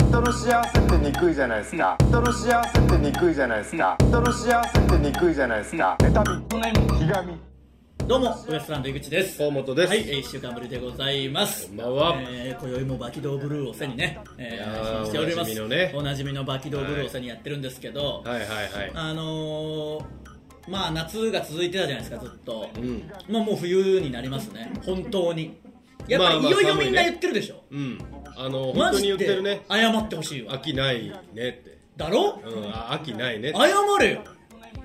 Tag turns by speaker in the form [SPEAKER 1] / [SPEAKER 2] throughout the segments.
[SPEAKER 1] 人の幸せってにくいじゃないですか人の幸せってにくいじゃないですか人の幸せってにくいじゃないですか妬み
[SPEAKER 2] ど
[SPEAKER 1] ひがみ
[SPEAKER 2] うもウエストランド井口です
[SPEAKER 3] 河本です
[SPEAKER 2] はい、えー一週間ぶりでございます
[SPEAKER 3] こんばんは
[SPEAKER 2] えー今宵もバキドーブルーを背にね、え
[SPEAKER 3] いやー
[SPEAKER 2] ー、しております
[SPEAKER 3] おなじみのね
[SPEAKER 2] おなじみのバキドーブルーを背にやってるんですけど、
[SPEAKER 3] はいはいはい
[SPEAKER 2] あのー、まあ夏が続いてたじゃないですかずっと、
[SPEAKER 3] うん
[SPEAKER 2] まあもう冬になりますね本当にやっぱり、
[SPEAKER 3] まあまあ
[SPEAKER 2] いよいよ
[SPEAKER 3] 寒いね
[SPEAKER 2] みんな言ってるでしょ
[SPEAKER 3] うんあの
[SPEAKER 2] マ
[SPEAKER 3] 本当に
[SPEAKER 2] ジ
[SPEAKER 3] 言ってる
[SPEAKER 2] で
[SPEAKER 3] ね
[SPEAKER 2] 謝ってほしいわ
[SPEAKER 3] 飽きないねって
[SPEAKER 2] だろ
[SPEAKER 3] うんあ飽きないねって
[SPEAKER 2] 謝れよ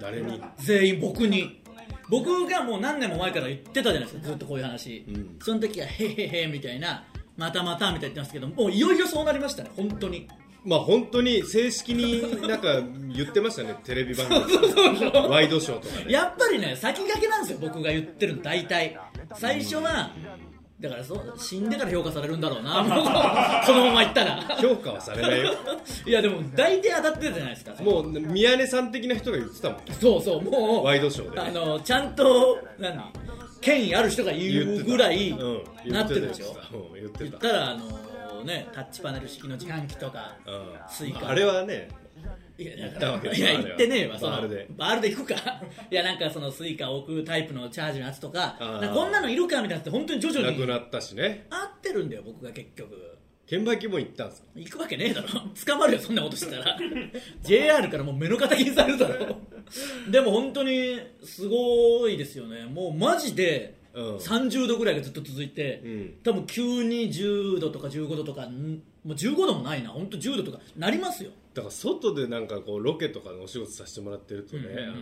[SPEAKER 3] 誰に
[SPEAKER 2] 全員僕に僕がもう何年も前から言ってたじゃないですかずっとこういう話、
[SPEAKER 3] うん
[SPEAKER 2] その時は「へへへ」みたいな「またまた」みたいに言ってますけどもういよいよそうなりましたね本当に
[SPEAKER 3] まあ本当に正式になんか言ってまし たねテレビ番組とかワイドショーとかね
[SPEAKER 2] やっぱりね先駆けなんですよ僕が言ってるの大体最初はだからそう死んでから評価されるんだろうな このままいったら
[SPEAKER 3] 評価はされないよ
[SPEAKER 2] いやでも大体当たってたじゃないですか
[SPEAKER 3] もう宮根さん的な人が言ってたもん
[SPEAKER 2] そうそうもう
[SPEAKER 3] ワイドショーでね
[SPEAKER 2] あのちゃんとなんだ権威ある人が言
[SPEAKER 3] 言って
[SPEAKER 2] う
[SPEAKER 3] た
[SPEAKER 2] ぐらい、
[SPEAKER 3] うん言
[SPEAKER 2] なって
[SPEAKER 3] た
[SPEAKER 2] るでしょ
[SPEAKER 3] 言って
[SPEAKER 2] 言ったたらあのねタッチパネル式の自販機とか
[SPEAKER 3] うん
[SPEAKER 2] スイカ
[SPEAKER 3] あれはね
[SPEAKER 2] いや
[SPEAKER 3] 行ったわけで
[SPEAKER 2] い
[SPEAKER 3] すよ
[SPEAKER 2] や
[SPEAKER 3] あれは
[SPEAKER 2] 行ってねえわその
[SPEAKER 3] バールで
[SPEAKER 2] バールで行くか いやなんかそのスイカを置くタイプのチャージのやつとか
[SPEAKER 3] あー
[SPEAKER 2] なんかこんなのいるかみたいなって本当に徐々
[SPEAKER 3] なく
[SPEAKER 2] に
[SPEAKER 3] なったしね
[SPEAKER 2] 合ってるんだよ僕が結局
[SPEAKER 3] 券売機も行ったんですか
[SPEAKER 2] 行くわけねえだろ 捕まるよそんなことしたら JR からもう目の敵にされるだろでも本当にすごいですよねもうマジで
[SPEAKER 3] うん
[SPEAKER 2] 30度ぐらいがずっと続いて、
[SPEAKER 3] うん
[SPEAKER 2] 多分急に10度とか15度とかんもう15度もないな本当10度とかなりますよ
[SPEAKER 3] だから外でなんかこうロケとかのお仕事させてもらってるとね、
[SPEAKER 2] うんうんうん
[SPEAKER 3] あの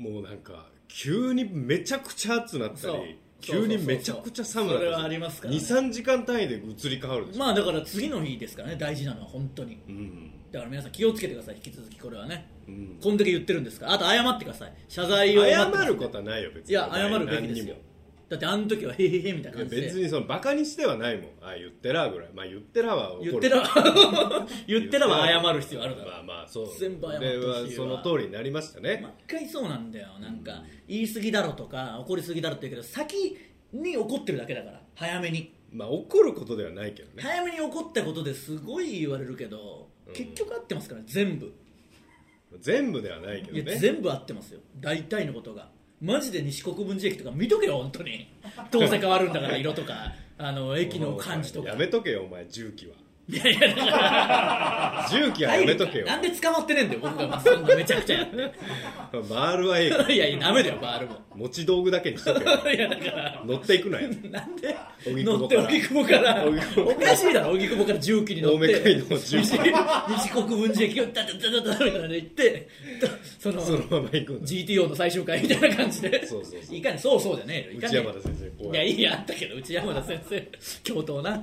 [SPEAKER 3] もうなんか急にめちゃくちゃ暑くなった
[SPEAKER 2] そう
[SPEAKER 3] り急にめちゃくちゃ寒くな
[SPEAKER 2] そうそうそう
[SPEAKER 3] った
[SPEAKER 2] それはありますからね
[SPEAKER 3] 23時間単位で移り変わるでしょ、
[SPEAKER 2] まあだから次の日ですからね大事なのは本当に
[SPEAKER 3] うん
[SPEAKER 2] だから皆さん気をつけてください引き続きこれはね、
[SPEAKER 3] うん
[SPEAKER 2] こんだけ言ってるんですからあと謝ってください謝罪を
[SPEAKER 3] 謝
[SPEAKER 2] って
[SPEAKER 3] ることはないよ別
[SPEAKER 2] いや謝るべきです
[SPEAKER 3] 何に
[SPEAKER 2] よ
[SPEAKER 3] も
[SPEAKER 2] だってあの時はへへへみたいない
[SPEAKER 3] や
[SPEAKER 2] 感じで
[SPEAKER 3] 別にそのバカにしてはないもんあ言ってらーぐらいまあ言ってらーは怒る
[SPEAKER 2] 言って ら言ってらは謝る必要あるだろ
[SPEAKER 3] まあまあそう
[SPEAKER 2] 全部謝ってほしいわ
[SPEAKER 3] ではその通りになりましたね、
[SPEAKER 2] 毎回そうなんだよなんか言い過ぎだろとか怒り過ぎだろって言うけど先に怒ってるだけだから早めに
[SPEAKER 3] まあ怒ることではないけどね
[SPEAKER 2] 早めに怒ったことですごい言われるけど、結局合ってますからね全部
[SPEAKER 3] 全部ではないけ
[SPEAKER 2] いや
[SPEAKER 3] どね
[SPEAKER 2] 全部合ってますよ大体のことがマジで西国分寺駅とか見とけよ本当 にどうせ変わるんだから色とかあの駅の感じとか
[SPEAKER 3] やめとけよお前重機はい
[SPEAKER 2] やいやだから
[SPEAKER 3] 重機はやめとけよ
[SPEAKER 2] なんで捕まってねえんだよ僕がそんなめちゃくちゃやって
[SPEAKER 3] バールはええよ
[SPEAKER 2] いやいやダメだよバールも
[SPEAKER 3] 持ち道具だけにしとけよ
[SPEAKER 2] いやだから
[SPEAKER 3] 乗っていくなよ
[SPEAKER 2] なんで
[SPEAKER 3] 荻
[SPEAKER 2] 乗
[SPEAKER 3] 窪
[SPEAKER 2] っ
[SPEAKER 3] か
[SPEAKER 2] て
[SPEAKER 3] ら
[SPEAKER 2] 荻窪から
[SPEAKER 3] 荻窪
[SPEAKER 2] おかしいだろ荻窪から重機に乗っ
[SPEAKER 3] 青梅
[SPEAKER 2] て
[SPEAKER 3] 街道
[SPEAKER 2] 西
[SPEAKER 3] 重機
[SPEAKER 2] 西国分寺駅をダダダダダみたいなので行ってその
[SPEAKER 3] そのまま行くんだ
[SPEAKER 2] GTO の最終回みたいな感じで
[SPEAKER 3] そうそうそう
[SPEAKER 2] いかにそうそうじゃねえよいか
[SPEAKER 3] 内
[SPEAKER 2] に
[SPEAKER 3] 山田先生こ
[SPEAKER 2] いうや
[SPEAKER 3] や
[SPEAKER 2] いいやあったけど内山田先生 教頭な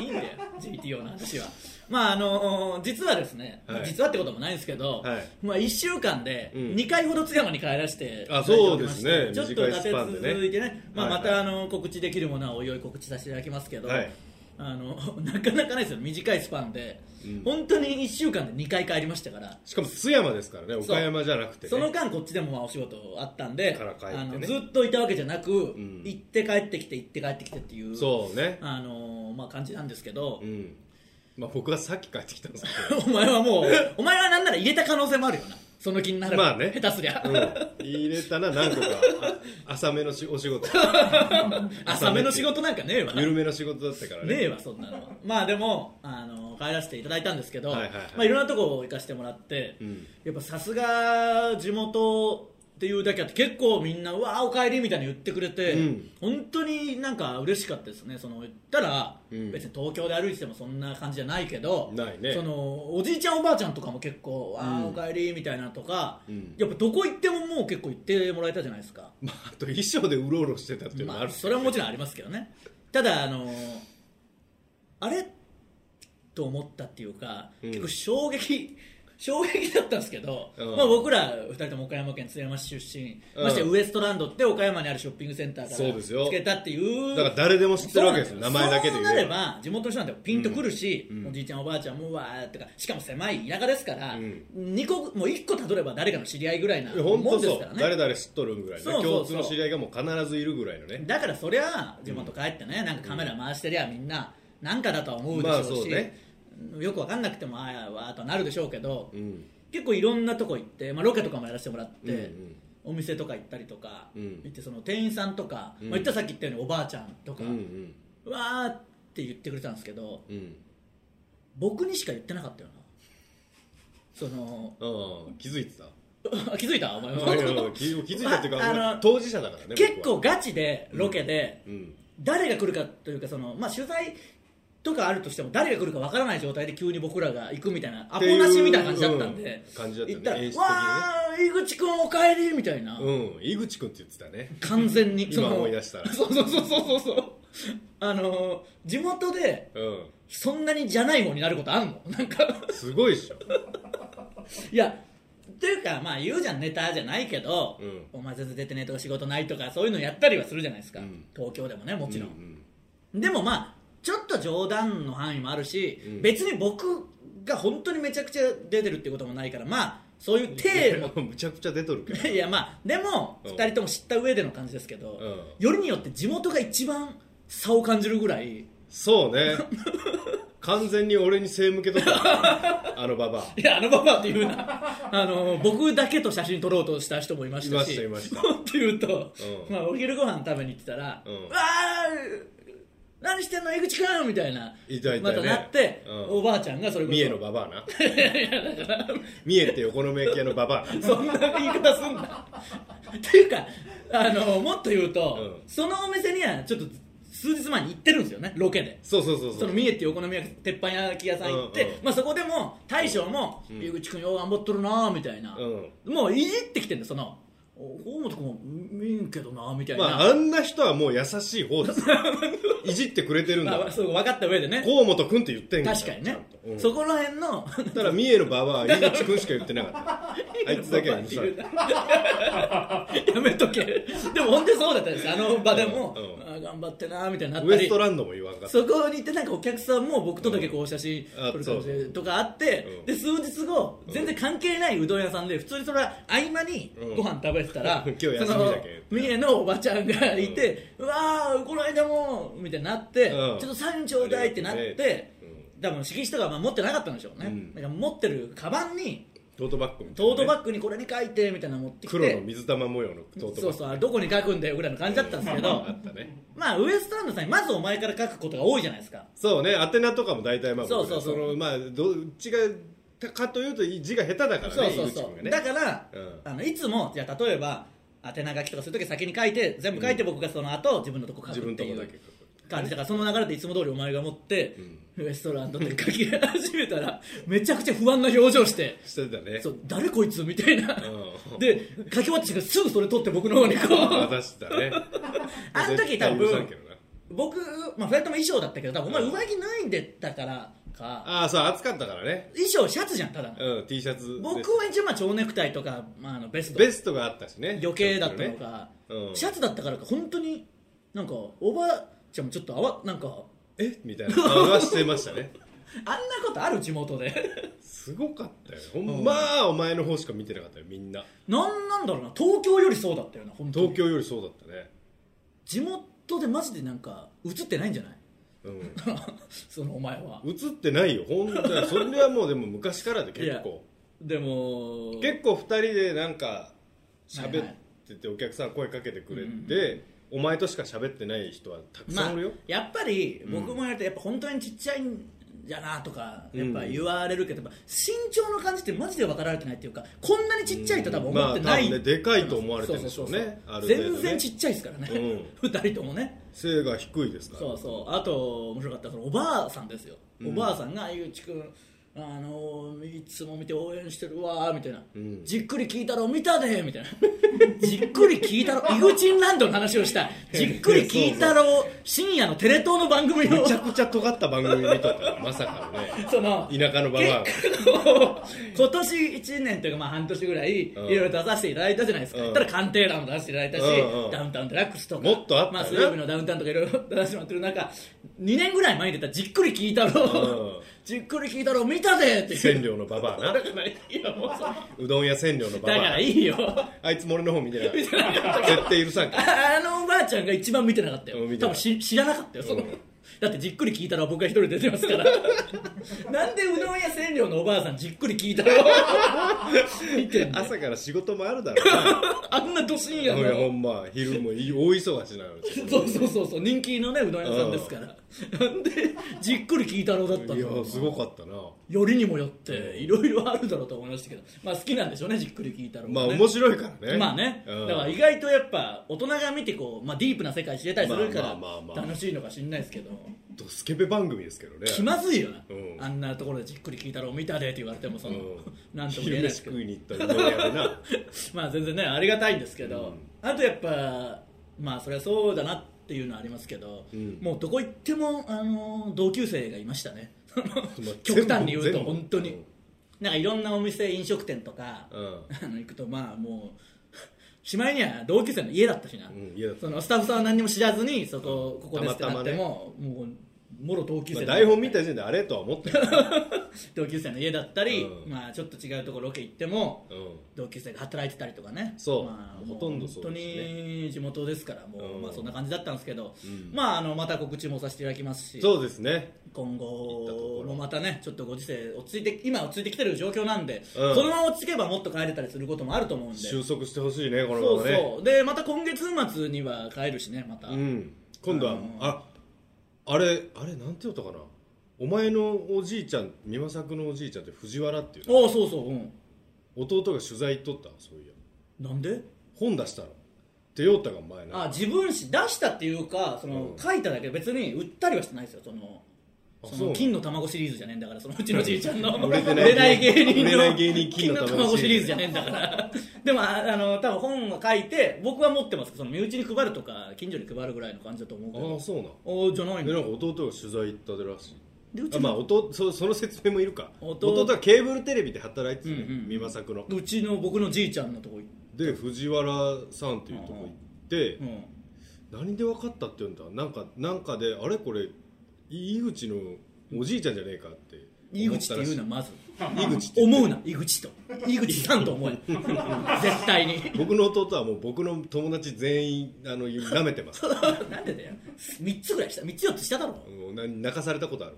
[SPEAKER 2] いいんだよ GTO の話はまああの実はですね、
[SPEAKER 3] はい
[SPEAKER 2] 実はってこともないんですけど、
[SPEAKER 3] はい
[SPEAKER 2] まあ、1週間で
[SPEAKER 3] うん
[SPEAKER 2] 2回ほど津山に帰らせて、
[SPEAKER 3] あそうですね
[SPEAKER 2] ちょっと立て
[SPEAKER 3] 短いスパンでね
[SPEAKER 2] 続いてねまあ、
[SPEAKER 3] はい
[SPEAKER 2] ま
[SPEAKER 3] はい
[SPEAKER 2] たあの告知できるものはおいおい告知させていただきますけど、
[SPEAKER 3] はい
[SPEAKER 2] あの なかなかないですよ短いスパンで、
[SPEAKER 3] うん
[SPEAKER 2] 本当に1週間で2回帰りましたから
[SPEAKER 3] しかも津山ですからね岡山じゃなくてね
[SPEAKER 2] その間こっちでもまあお仕事あったんで、
[SPEAKER 3] から帰ってね
[SPEAKER 2] あのずっといたわけじゃなく、
[SPEAKER 3] ん
[SPEAKER 2] 行って帰ってきて行って帰ってきてっていう
[SPEAKER 3] そうね
[SPEAKER 2] あのーまあ、感じなんですけど
[SPEAKER 3] う、んまあ僕はさっき帰ってきたんですけど
[SPEAKER 2] お前はもうお前はなんなら入れた可能性もあるよなその気になれば、
[SPEAKER 3] まあね
[SPEAKER 2] 下手すりゃ、
[SPEAKER 3] うん入れたな何個かあ浅めのしお仕事
[SPEAKER 2] 浅めの仕事なんかねえわ
[SPEAKER 3] 緩めの仕事だったからね
[SPEAKER 2] ねえわそんな のはまあでも、あのー帰らせていただいたんですけど、
[SPEAKER 3] はいいはいはい
[SPEAKER 2] まあ、いろんなとこ行かせてもらって、
[SPEAKER 3] うん
[SPEAKER 2] やっぱさすが地元っていうだけあって結構みんな「うわーおかえり」みたいに言ってくれて、
[SPEAKER 3] うん
[SPEAKER 2] 本当になんか嬉しかったですねその言ったら、
[SPEAKER 3] うん
[SPEAKER 2] 別に東京で歩いててもそんな感じじゃないけど
[SPEAKER 3] ないね
[SPEAKER 2] そのおじいちゃんおばあちゃんとかも結構「あー
[SPEAKER 3] うん
[SPEAKER 2] おかえり」みたいなとか、
[SPEAKER 3] うん
[SPEAKER 2] やっぱどこ行ってももう結構行ってもらえたじゃないですか、
[SPEAKER 3] まああと衣装でうろうろしてたっていうのも
[SPEAKER 2] ま
[SPEAKER 3] あ
[SPEAKER 2] あ、
[SPEAKER 3] るし
[SPEAKER 2] それはもちろんありますけどねただあのーあれと思ったっていうか、
[SPEAKER 3] うん
[SPEAKER 2] 結構衝撃 衝撃だったんですけど、
[SPEAKER 3] うん
[SPEAKER 2] まあ、僕ら2人とも岡山県津山市出身、
[SPEAKER 3] うん
[SPEAKER 2] ましてやウエストランドって岡山にあるショッピングセンターか
[SPEAKER 3] そう
[SPEAKER 2] ら
[SPEAKER 3] ですよ
[SPEAKER 2] つけたっていう
[SPEAKER 3] だから誰でも知ってるわけですよ
[SPEAKER 2] そ
[SPEAKER 3] 名
[SPEAKER 2] う
[SPEAKER 3] 前だけで言
[SPEAKER 2] そうな
[SPEAKER 3] え
[SPEAKER 2] れ
[SPEAKER 3] ば
[SPEAKER 2] ば地元の人なんてピンとくるし、
[SPEAKER 3] うん
[SPEAKER 2] おじいちゃんおばあちゃんもうわーってかしかも狭い田舎ですから、
[SPEAKER 3] うん
[SPEAKER 2] 二個もう1個たどれば誰かの知り合いぐらいない
[SPEAKER 3] や
[SPEAKER 2] も
[SPEAKER 3] 本当
[SPEAKER 2] んで
[SPEAKER 3] そ
[SPEAKER 2] す
[SPEAKER 3] う
[SPEAKER 2] からね
[SPEAKER 3] 誰々知っとるんぐらいね
[SPEAKER 2] そうそうそう
[SPEAKER 3] 共通の知り合いがもう必ずいるぐらいのね
[SPEAKER 2] だからそりゃ地元帰ってねなんかカメラ回してりゃみんななんかだとは思うでしょうし、
[SPEAKER 3] まあそうね
[SPEAKER 2] よく分かんなくてもああわーとはなるでしょうけど、
[SPEAKER 3] うん
[SPEAKER 2] 結構いろんなとこ行って、まあ、ロケとかもやらせてもらって、
[SPEAKER 3] うんうん
[SPEAKER 2] お店とか行ったりとか、
[SPEAKER 3] うん
[SPEAKER 2] 行ってその店員さんとか、
[SPEAKER 3] うん
[SPEAKER 2] まあ、言ったらさっき言ったようにおばあちゃんとか、
[SPEAKER 3] うんうん
[SPEAKER 2] わーって言ってくれたんですけど
[SPEAKER 3] うん
[SPEAKER 2] 僕にしか言ってなかったよなその
[SPEAKER 3] ああ気づいてた
[SPEAKER 2] 気づいたお前
[SPEAKER 3] あ あいやいや気づ気づいたっていう か、
[SPEAKER 2] ああの
[SPEAKER 3] まあ当事者だからね
[SPEAKER 2] 結
[SPEAKER 3] 僕は
[SPEAKER 2] 構ガチでロケで、
[SPEAKER 3] うん
[SPEAKER 2] 誰が来るかというかその、まあ、取材とかあるとしても誰が来るかわからない状態で急に僕らが行くみたいなアポなしみたいな感じだったんで、
[SPEAKER 3] うん感じだったね
[SPEAKER 2] 行ったら
[SPEAKER 3] 演出的にね
[SPEAKER 2] わー井口君おかえり」みたいな、
[SPEAKER 3] うん井口君って言ってたね
[SPEAKER 2] 完全に
[SPEAKER 3] 今
[SPEAKER 2] その
[SPEAKER 3] 思い出したら
[SPEAKER 2] そうそうそうそうそうそうあのー地元で
[SPEAKER 3] うん
[SPEAKER 2] そんなにじゃないもんになることあんのなんか
[SPEAKER 3] すごいっしょ
[SPEAKER 2] いやっていうかまあ言うじゃんネタじゃないけど、
[SPEAKER 3] うん
[SPEAKER 2] お前全然出てねえとか仕事ないとかそういうのやったりはするじゃないですか、
[SPEAKER 3] うん
[SPEAKER 2] 東京でもねもちろん、
[SPEAKER 3] うん
[SPEAKER 2] でもまあちょっと冗談の範囲もあるし、
[SPEAKER 3] うん
[SPEAKER 2] 別に僕が本当にめちゃくちゃ出てるってこともないからまあそういう体も
[SPEAKER 3] うん むちゃくちゃ出とるけ ど
[SPEAKER 2] いやまあでも
[SPEAKER 3] うん
[SPEAKER 2] 2人とも知った上での感じですけど、
[SPEAKER 3] うん
[SPEAKER 2] よりによって地元が一番差を感じるぐらい
[SPEAKER 3] そうね完全に俺に背向けと ったあのババア
[SPEAKER 2] いやあのババアっていうなあの僕だけと写真撮ろうとした人もいまし
[SPEAKER 3] い
[SPEAKER 2] た
[SPEAKER 3] ま
[SPEAKER 2] し
[SPEAKER 3] したいました
[SPEAKER 2] も っと言うと、
[SPEAKER 3] うん
[SPEAKER 2] まあ、お昼ご飯食べに行ってたら「
[SPEAKER 3] うん
[SPEAKER 2] わー何してんの江口くん!」みたいない
[SPEAKER 3] たいた
[SPEAKER 2] ま
[SPEAKER 3] ね
[SPEAKER 2] たなって、
[SPEAKER 3] うん
[SPEAKER 2] おばあちゃんがそれこそ
[SPEAKER 3] 三重のババアな三重って横の名家のババアな
[SPEAKER 2] そんな言い方すんなっていうかあのもっと言うと、
[SPEAKER 3] うん
[SPEAKER 2] そのお店にはちょっと数日前に行ってるんですよねロケで
[SPEAKER 3] そうそうそうそ
[SPEAKER 2] そうの三重っていうお好み焼き鉄板焼き屋さん行って、
[SPEAKER 3] うんうん
[SPEAKER 2] まあ、そこでも大将も「
[SPEAKER 3] うん
[SPEAKER 2] 井口君よう頑張っとるな」みたいな、もういじってきてんだよその「お河本君も見んけどな」みた
[SPEAKER 3] う
[SPEAKER 2] い
[SPEAKER 3] ん
[SPEAKER 2] な、
[SPEAKER 3] まああんな人はもう優しい 方ですよいじってくれてるんだ
[SPEAKER 2] まあそう分かった上でね
[SPEAKER 3] 河本君って言ってんから
[SPEAKER 2] 確かに
[SPEAKER 3] ちゃ
[SPEAKER 2] ね
[SPEAKER 3] んと、うん
[SPEAKER 2] そこら辺の
[SPEAKER 3] たら三重のババア井口君しか言って なかったあいつだけはうるさい
[SPEAKER 2] やめとけでも本当にそうだったんですよあの場でも、
[SPEAKER 3] うんうん
[SPEAKER 2] あー頑張ってなみたいになっ
[SPEAKER 3] ウ
[SPEAKER 2] た
[SPEAKER 3] エ
[SPEAKER 2] り
[SPEAKER 3] ストランドも言わんかっ た
[SPEAKER 2] そこに行ってなんかお客さんも僕とだけこう写真
[SPEAKER 3] うん
[SPEAKER 2] 撮
[SPEAKER 3] あ
[SPEAKER 2] る感じ
[SPEAKER 3] そう
[SPEAKER 2] で
[SPEAKER 3] そう
[SPEAKER 2] とかあって、
[SPEAKER 3] うん
[SPEAKER 2] で数日後全然関係ないうどん屋さんで普通にそれは合間に
[SPEAKER 3] うん
[SPEAKER 2] ご飯食べてたら、
[SPEAKER 3] 今日休みだけ
[SPEAKER 2] その三重のおばちゃんがいて、うわーこの間もみたいになって、
[SPEAKER 3] うん
[SPEAKER 2] ちょっとサインちょうだいってなって、
[SPEAKER 3] う
[SPEAKER 2] 多分色紙とかまあ持ってなかったんでしょうね、
[SPEAKER 3] うん
[SPEAKER 2] だから持ってるカバンに
[SPEAKER 3] トートバッグみたいな
[SPEAKER 2] ト
[SPEAKER 3] ね、
[SPEAKER 2] ートバッグにこれに書いてみたいなの持ってきて
[SPEAKER 3] 黒の水玉模様のトート
[SPEAKER 2] そ
[SPEAKER 3] バッグ
[SPEAKER 2] うそうあどこに書くんだよぐらいの感じだったんですけど
[SPEAKER 3] あったね
[SPEAKER 2] まあウエストランドさんにまずお前から書くことが多いじゃないですか
[SPEAKER 3] そうね宛名とかも大体まあ
[SPEAKER 2] そうそうそう
[SPEAKER 3] のまあどっちがかというと字が下手だからね
[SPEAKER 2] そうそう
[SPEAKER 3] 井口
[SPEAKER 2] そ
[SPEAKER 3] 君が
[SPEAKER 2] う、
[SPEAKER 3] ね
[SPEAKER 2] だから、
[SPEAKER 3] うん
[SPEAKER 2] あのいつもじゃあ例えば宛名書きとかするとき先に書いて全部書いて僕がその後自分のとこ書
[SPEAKER 3] 自
[SPEAKER 2] く
[SPEAKER 3] 分
[SPEAKER 2] って
[SPEAKER 3] と
[SPEAKER 2] い
[SPEAKER 3] こだ
[SPEAKER 2] う
[SPEAKER 3] け書く
[SPEAKER 2] 感じだからその流れでいつも通りお前が持って、ウエストランドって書き始めたらめちゃくちゃ不安な表情して
[SPEAKER 3] してたね
[SPEAKER 2] そう誰こいつみたいな、
[SPEAKER 3] うん
[SPEAKER 2] で書き終わってすぐそれ取って僕の方に こう
[SPEAKER 3] 出してたね
[SPEAKER 2] あの時
[SPEAKER 3] 絶対
[SPEAKER 2] 多
[SPEAKER 3] 許さん
[SPEAKER 2] 分
[SPEAKER 3] けどな
[SPEAKER 2] 僕、まあ、2人とも衣装だったけど多分お前上着脱いでたからか
[SPEAKER 3] ああそう暑かったからね
[SPEAKER 2] 衣装シャツじゃんただの
[SPEAKER 3] うん T シャツ
[SPEAKER 2] 僕
[SPEAKER 3] で
[SPEAKER 2] は一応まあ蝶ネクタイとか、まあ、あのベスト
[SPEAKER 3] ベストがあったしね
[SPEAKER 2] 余計だったの
[SPEAKER 3] ちょ
[SPEAKER 2] か、
[SPEAKER 3] ちょっとねうん
[SPEAKER 2] シャツだったからか本当になんかおばあちゃんもちょっとあわなんか
[SPEAKER 3] とねえみたいな顔はしてましたね
[SPEAKER 2] あんなことある地元で
[SPEAKER 3] すごかったよほんまあお前の方しか見てなかったよみんな
[SPEAKER 2] なんなんだろうな東京よりそうだったよな本当に
[SPEAKER 3] 東京よりそうだったね
[SPEAKER 2] 地元でマジでなんか映ってないんじゃない
[SPEAKER 3] うん
[SPEAKER 2] そのお前は
[SPEAKER 3] 映ってないよほんとそれはもうでも昔からで結構
[SPEAKER 2] でも
[SPEAKER 3] 結構2人でなんか
[SPEAKER 2] はいは
[SPEAKER 3] 喋
[SPEAKER 2] い
[SPEAKER 3] っててお客さん声かけてくれて、お前としか喋ってない人はたくさ
[SPEAKER 2] ま
[SPEAKER 3] ん
[SPEAKER 2] あ
[SPEAKER 3] おるよ、、
[SPEAKER 2] やっぱり僕もやるとやっぱ本当にちっちゃいんじゃなとかやっぱ言われるけど、やっぱ身長の感じってマジで分かられてないっていうかこんなにちっちゃいと多分思って
[SPEAKER 3] ま
[SPEAKER 2] な
[SPEAKER 3] あ多
[SPEAKER 2] い、
[SPEAKER 3] 分ねでかいと思われてるんでしょうね
[SPEAKER 2] そうそうそう
[SPEAKER 3] ある程度ね
[SPEAKER 2] 全然ちっちゃいですからね、
[SPEAKER 3] う
[SPEAKER 2] 2人ともね
[SPEAKER 3] 背が低いですから
[SPEAKER 2] そうそうあと面白かったそのおばあさんですよ、おばあさんが「ゆうちくんあのーいつも見て応援してるわ」みたいな、
[SPEAKER 3] ん
[SPEAKER 2] じっくり聞いたろ見たで」みたいな 「じっくり聞いたろ井口ンランド」の話を したいじっくり聞いたろ深夜のテレ東の番組を
[SPEAKER 3] めちゃくちゃ尖った番組見とったからまさかのね
[SPEAKER 2] その
[SPEAKER 3] 田舎のババアが
[SPEAKER 2] 結構今年1年というかまあ半年ぐらいい
[SPEAKER 3] うん
[SPEAKER 2] ろいろ出させていただいたじゃないですか、
[SPEAKER 3] うん
[SPEAKER 2] たら鑑定欄も出させていただいたし、
[SPEAKER 3] うんうん
[SPEAKER 2] ダウンタウンデラックスとか
[SPEAKER 3] もっとあった
[SPEAKER 2] ま
[SPEAKER 3] よね
[SPEAKER 2] あ、水曜日のダウンタウンとかいろい ろ出させてもらってる中2年ぐらい前に出た「じっくり聞いたろ」
[SPEAKER 3] うん
[SPEAKER 2] じっくり聞いたろ見たぜ」っていう
[SPEAKER 3] 千両のババアな
[SPEAKER 2] ないやもうそう
[SPEAKER 3] うどん屋千両のバ
[SPEAKER 2] だか
[SPEAKER 3] バ
[SPEAKER 2] ら
[SPEAKER 3] ア
[SPEAKER 2] いいよ
[SPEAKER 3] あいつも俺の方 見てなかった絶対許さんから
[SPEAKER 2] ああのおばあちゃんが一番見てなかったよ
[SPEAKER 3] うん見て
[SPEAKER 2] 多
[SPEAKER 3] な
[SPEAKER 2] 分
[SPEAKER 3] い
[SPEAKER 2] し知らなかったよその、
[SPEAKER 3] うん
[SPEAKER 2] だってじっくり聞いたら僕が一人出てます からなんでうどん屋千両のおばあさんじっくり聞いたら見てんの
[SPEAKER 3] 朝から仕事もあるだ ろ
[SPEAKER 2] あんなど深
[SPEAKER 3] う
[SPEAKER 2] 夜
[SPEAKER 3] ないやほ
[SPEAKER 2] の
[SPEAKER 3] んま昼もい大忙しなの
[SPEAKER 2] そうそうそうそう人気のねうどん屋さんですからなんでじっくり聞いたろうだったんだ
[SPEAKER 3] い
[SPEAKER 2] ろうな
[SPEAKER 3] やすごかったな
[SPEAKER 2] よりにもよって
[SPEAKER 3] うん
[SPEAKER 2] いろいろあるだろうと思いましたけど、まあ、好きなんでしょうねじっくり聞いたら、
[SPEAKER 3] まあ面白いからね
[SPEAKER 2] まあね、
[SPEAKER 3] うん
[SPEAKER 2] だから意外とやっぱ大人が見てこう、まあ、ディープな世界知れたりするから
[SPEAKER 3] まあまあまあまあ
[SPEAKER 2] 楽しいのか知んないですけど、
[SPEAKER 3] ドスケベ番組ですけどね
[SPEAKER 2] 気まずいよな、
[SPEAKER 3] うん
[SPEAKER 2] あんなところでじっくり聞いたろう見たでって言われてもその、
[SPEAKER 3] う
[SPEAKER 2] なんとも言え
[SPEAKER 3] 昼
[SPEAKER 2] ないで
[SPEAKER 3] 飯
[SPEAKER 2] すけど
[SPEAKER 3] 食いに行ったらうどん屋で な
[SPEAKER 2] まあ全然ねありがたいんですけど、あとやっぱまあそれはそうだなっていうのはありますけど、
[SPEAKER 3] うん
[SPEAKER 2] もうどこ行っても、あの同級生がいましたね
[SPEAKER 3] 全部
[SPEAKER 2] 極端に言うと
[SPEAKER 3] 全部
[SPEAKER 2] 本当になんかいろんなお店飲食店とか、
[SPEAKER 3] うん
[SPEAKER 2] あの行くとまあもう しまいには同級生の家だったしな、
[SPEAKER 3] うんいや
[SPEAKER 2] そのスタッフさんは何にも知らずにそこ、ここですって
[SPEAKER 3] た
[SPEAKER 2] なっ
[SPEAKER 3] またま
[SPEAKER 2] て
[SPEAKER 3] ね
[SPEAKER 2] も、もうもろ同級
[SPEAKER 3] ま
[SPEAKER 2] 生
[SPEAKER 3] あ
[SPEAKER 2] の
[SPEAKER 3] 台本見た時点であれとは思ったよ、
[SPEAKER 2] 同級生の家だったり、
[SPEAKER 3] うん
[SPEAKER 2] まあちょっと違うところロケ行っても
[SPEAKER 3] うん
[SPEAKER 2] 同級生が働いてたりとかね
[SPEAKER 3] そう
[SPEAKER 2] まあ、
[SPEAKER 3] ほとんどそうですね
[SPEAKER 2] も本当に地元ですからもう、
[SPEAKER 3] うん
[SPEAKER 2] まあ、そんな感じだったんですけど、
[SPEAKER 3] うん
[SPEAKER 2] まああのまた告知もさせていただきますし
[SPEAKER 3] そうですね
[SPEAKER 2] 今
[SPEAKER 3] 行ったと
[SPEAKER 2] 後
[SPEAKER 3] こ
[SPEAKER 2] も
[SPEAKER 3] ろ
[SPEAKER 2] またねちょっとご時世落ち着いて今落ち着いてきてる状況なんで、
[SPEAKER 3] うん
[SPEAKER 2] そのまま落ち着けばもっと帰れたりすることもあると思うんで
[SPEAKER 3] 収束してほしいねこの
[SPEAKER 2] そ
[SPEAKER 3] まま
[SPEAKER 2] う
[SPEAKER 3] ね
[SPEAKER 2] そうでまた今月末には帰るしねまた、
[SPEAKER 3] ん、今度は、
[SPEAKER 2] あのー
[SPEAKER 3] ああれあれなんて言ったかなお前のおじいちゃん美馬作のおじいちゃんって藤原っていうの
[SPEAKER 2] おおそうそううん
[SPEAKER 3] 弟が取材取ったそういや
[SPEAKER 2] なんで
[SPEAKER 3] 本出したのって言おったが前な
[SPEAKER 2] あ自分誌出したっていうかその、
[SPEAKER 3] うん
[SPEAKER 2] 書いただけで別に売ったりはしてないですよその
[SPEAKER 3] あ
[SPEAKER 2] そ
[SPEAKER 3] そう
[SPEAKER 2] の
[SPEAKER 3] なの
[SPEAKER 2] 金の卵シリーズじゃねえんだからそのうちのじいちゃんの
[SPEAKER 3] 売れてない
[SPEAKER 2] 芸人の
[SPEAKER 3] 売れない芸人
[SPEAKER 2] 金
[SPEAKER 3] 金
[SPEAKER 2] の
[SPEAKER 3] の
[SPEAKER 2] 卵
[SPEAKER 3] 卵
[SPEAKER 2] シ
[SPEAKER 3] シ
[SPEAKER 2] リ
[SPEAKER 3] リ
[SPEAKER 2] ーズ
[SPEAKER 3] ーズ
[SPEAKER 2] じゃねえんだからでもあ あの多分本を書いて僕は持ってますけどその身内に配るとか近所に配るぐらいの感じだと思うけ
[SPEAKER 3] あ
[SPEAKER 2] ど
[SPEAKER 3] あそうな
[SPEAKER 2] おじゃない
[SPEAKER 3] で
[SPEAKER 2] の
[SPEAKER 3] なんか弟が取材行ったでらしい
[SPEAKER 2] でうち
[SPEAKER 3] あまあ
[SPEAKER 2] の
[SPEAKER 3] 弟そその説明もいるか
[SPEAKER 2] 弟
[SPEAKER 3] 弟はケーブルテレビで働いてた
[SPEAKER 2] うんうん
[SPEAKER 3] ね美馬作の
[SPEAKER 2] うちの僕のじいちゃんのとこ行っ
[SPEAKER 3] で藤原さんっていうとこ行っ
[SPEAKER 2] て、
[SPEAKER 3] て、
[SPEAKER 2] うん
[SPEAKER 3] 何で分かったって言うんだなんかなんかであれこれ井口のおじいちゃんじゃねえかって
[SPEAKER 2] 井口って言うな
[SPEAKER 3] 思
[SPEAKER 2] まず
[SPEAKER 3] ったらしい井口って言って
[SPEAKER 2] 思うな井口と井口さんと 思え絶対に
[SPEAKER 3] 僕の弟はもう僕の友達全員あの舐めてますも
[SPEAKER 2] なんでだよ3つぐらいした3つ4つしただろ
[SPEAKER 3] うな泣かされたことある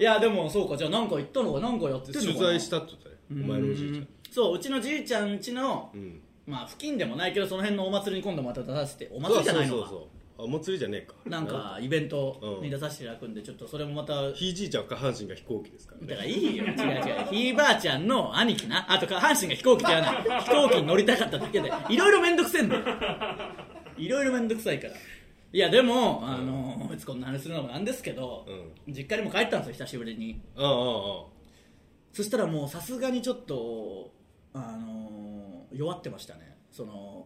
[SPEAKER 2] いやでもそうかじゃあ何か行ったのか何かやってんのかな
[SPEAKER 3] 取材したって言ったねお前のおじいちゃん
[SPEAKER 2] そううちのじいちゃん家の、
[SPEAKER 3] うん
[SPEAKER 2] まあ付近でもないけどその辺のお祭りに今度また出させてお祭りじゃないのか
[SPEAKER 3] そうそうそうあもう釣りじゃねえか
[SPEAKER 2] なんかイベントに出させていただくんでちょっとそれもまた
[SPEAKER 3] ひいじいちゃんは下半身が飛行機ですから
[SPEAKER 2] だか
[SPEAKER 3] ね
[SPEAKER 2] らいいよ違う違うひいばあちゃんの兄貴なあと下半身が飛行機じゃない飛行機に乗りたかっただけでいろいろ面倒くせえんだよいろいろ面倒くさいからいやでもあの別にこんな話するのもなんですけど、実家にも帰ったんですよ久しぶりに
[SPEAKER 3] ああああ
[SPEAKER 2] そしたらもうさすがにちょっとあの弱ってましたねその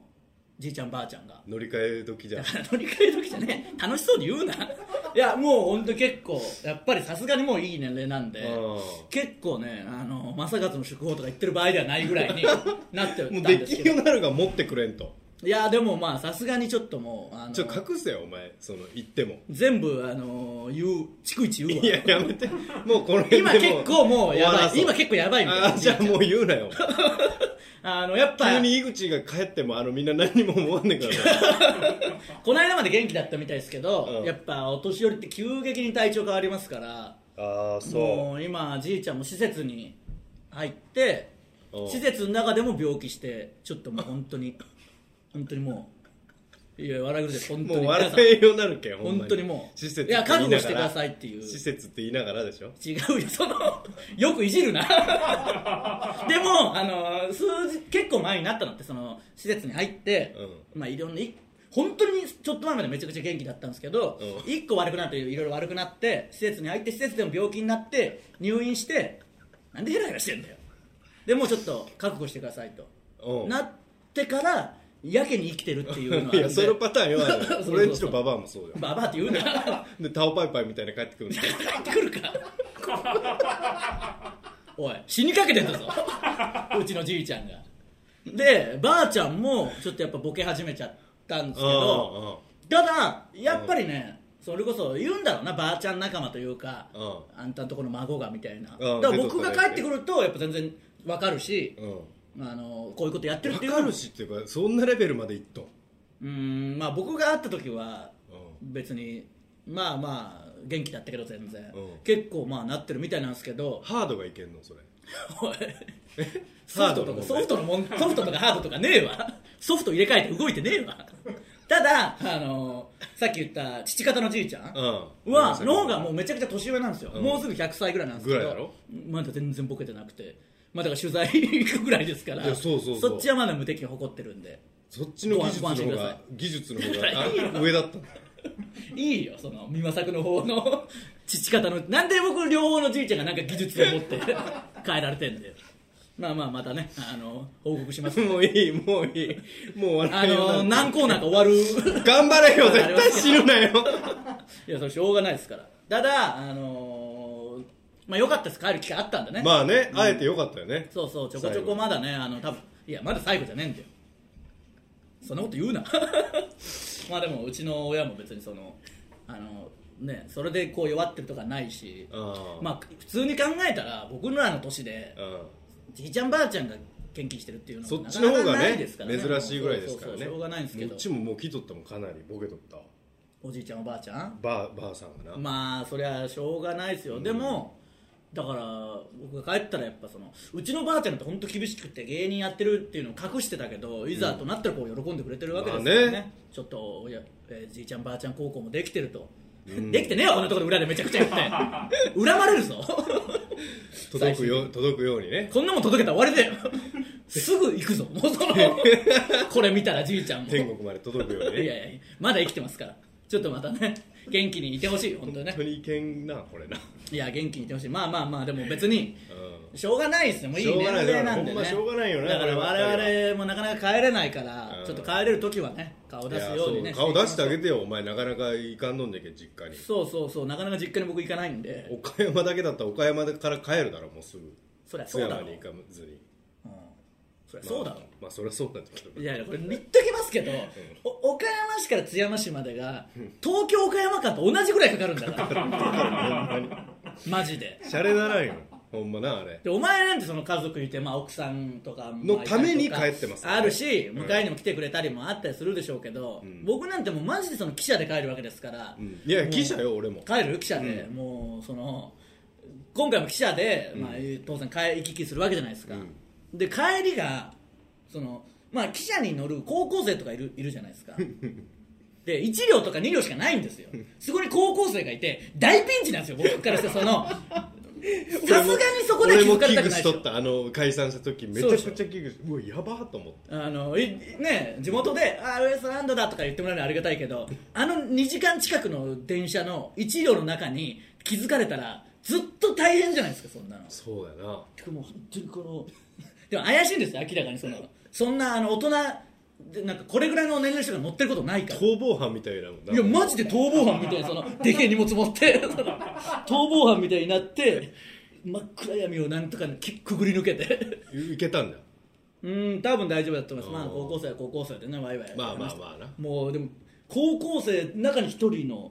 [SPEAKER 2] じいちゃんばあちゃんが
[SPEAKER 3] 乗り換え時じゃ
[SPEAKER 2] だ
[SPEAKER 3] ん
[SPEAKER 2] から乗り換え時じゃね楽しそうに言うないやもう本当結構やっぱりさすがにもういい年齢なんで
[SPEAKER 3] うん
[SPEAKER 2] 結構ねあの正勝の祝報とか言ってる場合ではないぐらいに なってた
[SPEAKER 3] も
[SPEAKER 2] ん
[SPEAKER 3] う
[SPEAKER 2] で
[SPEAKER 3] ですき
[SPEAKER 2] け
[SPEAKER 3] るよ
[SPEAKER 2] ど
[SPEAKER 3] うになるが持ってくれんと
[SPEAKER 2] いやでもまあさすがにちょっともうあの
[SPEAKER 3] ちょっと隠せよお前その言っ ても
[SPEAKER 2] 全部あの言う逐一言うわ
[SPEAKER 3] いややめてもうこの辺で
[SPEAKER 2] 今結構もうやばい今結構やばいみたい
[SPEAKER 3] あ
[SPEAKER 2] な
[SPEAKER 3] じゃあもう言うな よ
[SPEAKER 2] あのやっぱ
[SPEAKER 3] 急に井口が帰ってもあのみんな何も思わねえからね
[SPEAKER 2] この間まで元気だったみたいですけど、
[SPEAKER 3] うん
[SPEAKER 2] やっぱお年寄りって急激に体調変わりますから
[SPEAKER 3] ああ
[SPEAKER 2] もう今じいちゃんも施設に入って
[SPEAKER 3] うん
[SPEAKER 2] 施設の中でも病気してちょっともう本当に本当にもういや笑い事です本当に
[SPEAKER 3] もう
[SPEAKER 2] 皆
[SPEAKER 3] 笑
[SPEAKER 2] さん
[SPEAKER 3] えようになるけんほんま
[SPEAKER 2] 本当にもう
[SPEAKER 3] 施設って
[SPEAKER 2] いや
[SPEAKER 3] 言な
[SPEAKER 2] 覚
[SPEAKER 3] が
[SPEAKER 2] 悟
[SPEAKER 3] ら
[SPEAKER 2] してくださいっていう
[SPEAKER 3] 施設って言いながらでしょ
[SPEAKER 2] 違うよそ のよくいじるな でもあの数日結構前になったのってその施設に入って、まあいろんない本当にちょっと前までめちゃくちゃ元気だったんですけど、
[SPEAKER 3] う
[SPEAKER 2] 一個悪くなっていろいろ悪くなって施設に入って施設でも病気になって入院してなんでヘラヘラしてんだよでもうちょっと覚悟してくださいと、
[SPEAKER 3] うん
[SPEAKER 2] なってからやけに生きてるっていうのがあ る
[SPEAKER 3] い
[SPEAKER 2] ん
[SPEAKER 3] や
[SPEAKER 2] で
[SPEAKER 3] そのパターンよあ
[SPEAKER 2] そうそうそう
[SPEAKER 3] る俺んちのババアもそうだよ
[SPEAKER 2] ババアって言うな
[SPEAKER 3] でタオパイパイみたいな帰ってくるんだよ
[SPEAKER 2] 帰ってくる かおい死にかけてんだぞうちのじいちゃんがでばあちゃんもちょっとやっぱボケ始めちゃったんですけどただやっぱりねそれこそ言うんだろうなばあちゃん仲間というか
[SPEAKER 3] う
[SPEAKER 2] あんたんとこの孫がみたいなだ
[SPEAKER 3] うん
[SPEAKER 2] から
[SPEAKER 3] 出とった
[SPEAKER 2] 僕が帰ってくるとやっぱ全然わかるし
[SPEAKER 3] うんうん
[SPEAKER 2] あのこういうことやってるって
[SPEAKER 3] 分
[SPEAKER 2] いう
[SPEAKER 3] かるしっていうかそんなレベルまでいっとん
[SPEAKER 2] うーんまあ僕が会った時は
[SPEAKER 3] う
[SPEAKER 2] 別にまあまあ元気だったけど全然、
[SPEAKER 3] うん
[SPEAKER 2] 結構まあなってるみたいなんですけ ど
[SPEAKER 3] ハードがいけんのそれ
[SPEAKER 2] おいソフトとかソフトのもん ソフトとかハードとかねえわソフト入れ替えて動いてねえわただあのさっき言った父方のじいちゃん
[SPEAKER 3] うん
[SPEAKER 2] はの方がもうめちゃくちゃ年上なんですよ、
[SPEAKER 3] うん
[SPEAKER 2] もうすぐ100歳ぐらいなんですけど
[SPEAKER 3] ぐらいだろ
[SPEAKER 2] まだ全然ボケてなくてまあだから取材行くぐらいですから
[SPEAKER 3] いやそうそうそう
[SPEAKER 2] っちはまだ無敵を誇ってるんで
[SPEAKER 3] そっちの技術の
[SPEAKER 2] ご安心
[SPEAKER 3] 方
[SPEAKER 2] くださ
[SPEAKER 3] が
[SPEAKER 2] い
[SPEAKER 3] 技術の方があ上だったんだ
[SPEAKER 2] いいよその美作の方の 父方のなんで僕両方のじいちゃんがなんか技術を持って 変えられてんだよまあまあまたねあの報告します
[SPEAKER 3] もういいもういいもう終わ
[SPEAKER 2] あ
[SPEAKER 3] らないよ
[SPEAKER 2] の何コーナーか終わる い
[SPEAKER 3] 頑張れよ絶対死ぬ なよ
[SPEAKER 2] やそれしょうがないですからただあのまあ良かったです帰る機会あったんだね、
[SPEAKER 3] まあねあえてよかったよね
[SPEAKER 2] そうそうちょこちょ
[SPEAKER 3] 最後
[SPEAKER 2] こまだねあの多分いやまだ最後じゃねえんだよそんなこと言うな まあでもうちの親も別にそのあのねそれでこう弱ってるとかないし
[SPEAKER 3] あ
[SPEAKER 2] まあ、普通に考えたら僕らの年で
[SPEAKER 3] あ
[SPEAKER 2] じいちゃんばあちゃんが献金してるっていうの
[SPEAKER 3] そ
[SPEAKER 2] も
[SPEAKER 3] っ
[SPEAKER 2] な
[SPEAKER 3] ち
[SPEAKER 2] か
[SPEAKER 3] の
[SPEAKER 2] な
[SPEAKER 3] 方
[SPEAKER 2] か
[SPEAKER 3] が
[SPEAKER 2] ない
[SPEAKER 3] ね
[SPEAKER 2] ですからね
[SPEAKER 3] 珍しいぐらいですから
[SPEAKER 2] そうそうそう
[SPEAKER 3] ね
[SPEAKER 2] しょうがないんですけ
[SPEAKER 3] こ
[SPEAKER 2] ど
[SPEAKER 3] っちももう来とったもんかなりボケとったわ
[SPEAKER 2] おじいちゃんおばあちゃん
[SPEAKER 3] ばあばあさんかな、
[SPEAKER 2] まあそりゃしょうがないですよ、でもだから僕が帰ったらやっぱそのうちのばあちゃんって本当厳しくて芸人やってるっていうのを隠してたけどいざとなったらこう喜んでくれてるわけですからね,、
[SPEAKER 3] まあね
[SPEAKER 2] ちょっとおや、えーじいちゃんばあちゃん高校もできてると、
[SPEAKER 3] ん
[SPEAKER 2] できてねえわこんなところで裏でめちゃくちゃ 言って恨まれるぞ
[SPEAKER 3] 届くよ届くようにね
[SPEAKER 2] こんなもん届けたら終わりだよ すぐ行くぞもうそのこれ見たらじいちゃんも
[SPEAKER 3] 天国まで届くよ
[SPEAKER 2] いや
[SPEAKER 3] うに
[SPEAKER 2] い
[SPEAKER 3] ね
[SPEAKER 2] やいやまだ生きてますからちょっとまたね元気にいてほしい本当に
[SPEAKER 3] 本
[SPEAKER 2] ね
[SPEAKER 3] 当にいけんなこれな、
[SPEAKER 2] いや元気にいてほしいまあまあまあでも別に
[SPEAKER 3] う
[SPEAKER 2] しょうがないですねもういい年齢なんで
[SPEAKER 3] しょうがな
[SPEAKER 2] ね
[SPEAKER 3] いだからほんましょうがないよね
[SPEAKER 2] だから我々もなかなか帰れないから
[SPEAKER 3] うん
[SPEAKER 2] ちょっと帰れる時はね顔
[SPEAKER 3] ん、
[SPEAKER 2] 出すように
[SPEAKER 3] い
[SPEAKER 2] ね
[SPEAKER 3] やそう顔出してあげてよお前なかなかいかんのんじゃけ実家に
[SPEAKER 2] そうそうそうなかなか実家に僕行かないんで
[SPEAKER 3] 岡山だけだったら岡山から帰るだろもうすぐ
[SPEAKER 2] そりゃ
[SPEAKER 3] 津
[SPEAKER 2] そうだ
[SPEAKER 3] 山
[SPEAKER 2] ろう、う
[SPEAKER 3] に
[SPEAKER 2] ん
[SPEAKER 3] 行かずに、
[SPEAKER 2] そりゃそうだろう
[SPEAKER 3] まあ、まあそりゃそうなんだけど
[SPEAKER 2] いやいやこれ言っときますけど、お岡山市から津山市までが東京岡山間と同じぐらいかかるんだ から
[SPEAKER 3] ほんま
[SPEAKER 2] マジで
[SPEAKER 3] にシャレならんよほんまなあれ
[SPEAKER 2] でお前なんてその家族いて、まあ、奥さんとか
[SPEAKER 3] のために
[SPEAKER 2] まあいりとか
[SPEAKER 3] 帰ってます
[SPEAKER 2] あるし
[SPEAKER 3] うん
[SPEAKER 2] 迎えにも来てくれたりもあったりするでしょうけど、
[SPEAKER 3] ん
[SPEAKER 2] 僕なんてもうマジでその汽車で帰るわけですから、
[SPEAKER 3] うんいや記者よ俺も
[SPEAKER 2] 帰る汽車で、
[SPEAKER 3] う
[SPEAKER 2] もうその今回も汽車で、まあ、当然帰行き来するわけじゃないですか、
[SPEAKER 3] うん
[SPEAKER 2] で帰りがそのまあ汽車に乗る高校生とかいるいるじゃないで すかで1両とか2両しかないんですよそこに高校生がいて大ピンチなんですよ僕からしてその さすがにそこで気
[SPEAKER 3] 俺も
[SPEAKER 2] づか
[SPEAKER 3] 危
[SPEAKER 2] れたく
[SPEAKER 3] 惧
[SPEAKER 2] ないで
[SPEAKER 3] しと
[SPEAKER 2] しょ
[SPEAKER 3] ったあの解散した時めちゃくちゃ危惧しうわやばーと思って
[SPEAKER 2] あのいね、地元で「あーウエストランドだ」とか言ってもらえるのはありがたいけどあの2時間近くの電車の1両の中に気づかれたらずっと大変じゃないですかそんなの
[SPEAKER 3] そうだな
[SPEAKER 2] もう本当にこの でも怪しいんですよ明らかにそのそんなあの大人でなんかこれぐらいの年齢の人が乗ってることないから
[SPEAKER 3] 逃亡犯みたいなもんない
[SPEAKER 2] やマジで逃亡犯みたいなそのでけえ荷物持って その逃亡犯みたいになって真っ暗闇をなんとかきくぐり抜けて
[SPEAKER 3] いけたんだ
[SPEAKER 2] うん多分大丈夫だと思います、まあ、
[SPEAKER 3] うん
[SPEAKER 2] 高校生は高校生でねワイワイ
[SPEAKER 3] まあまあまあな
[SPEAKER 2] もうでも高校生中に一人の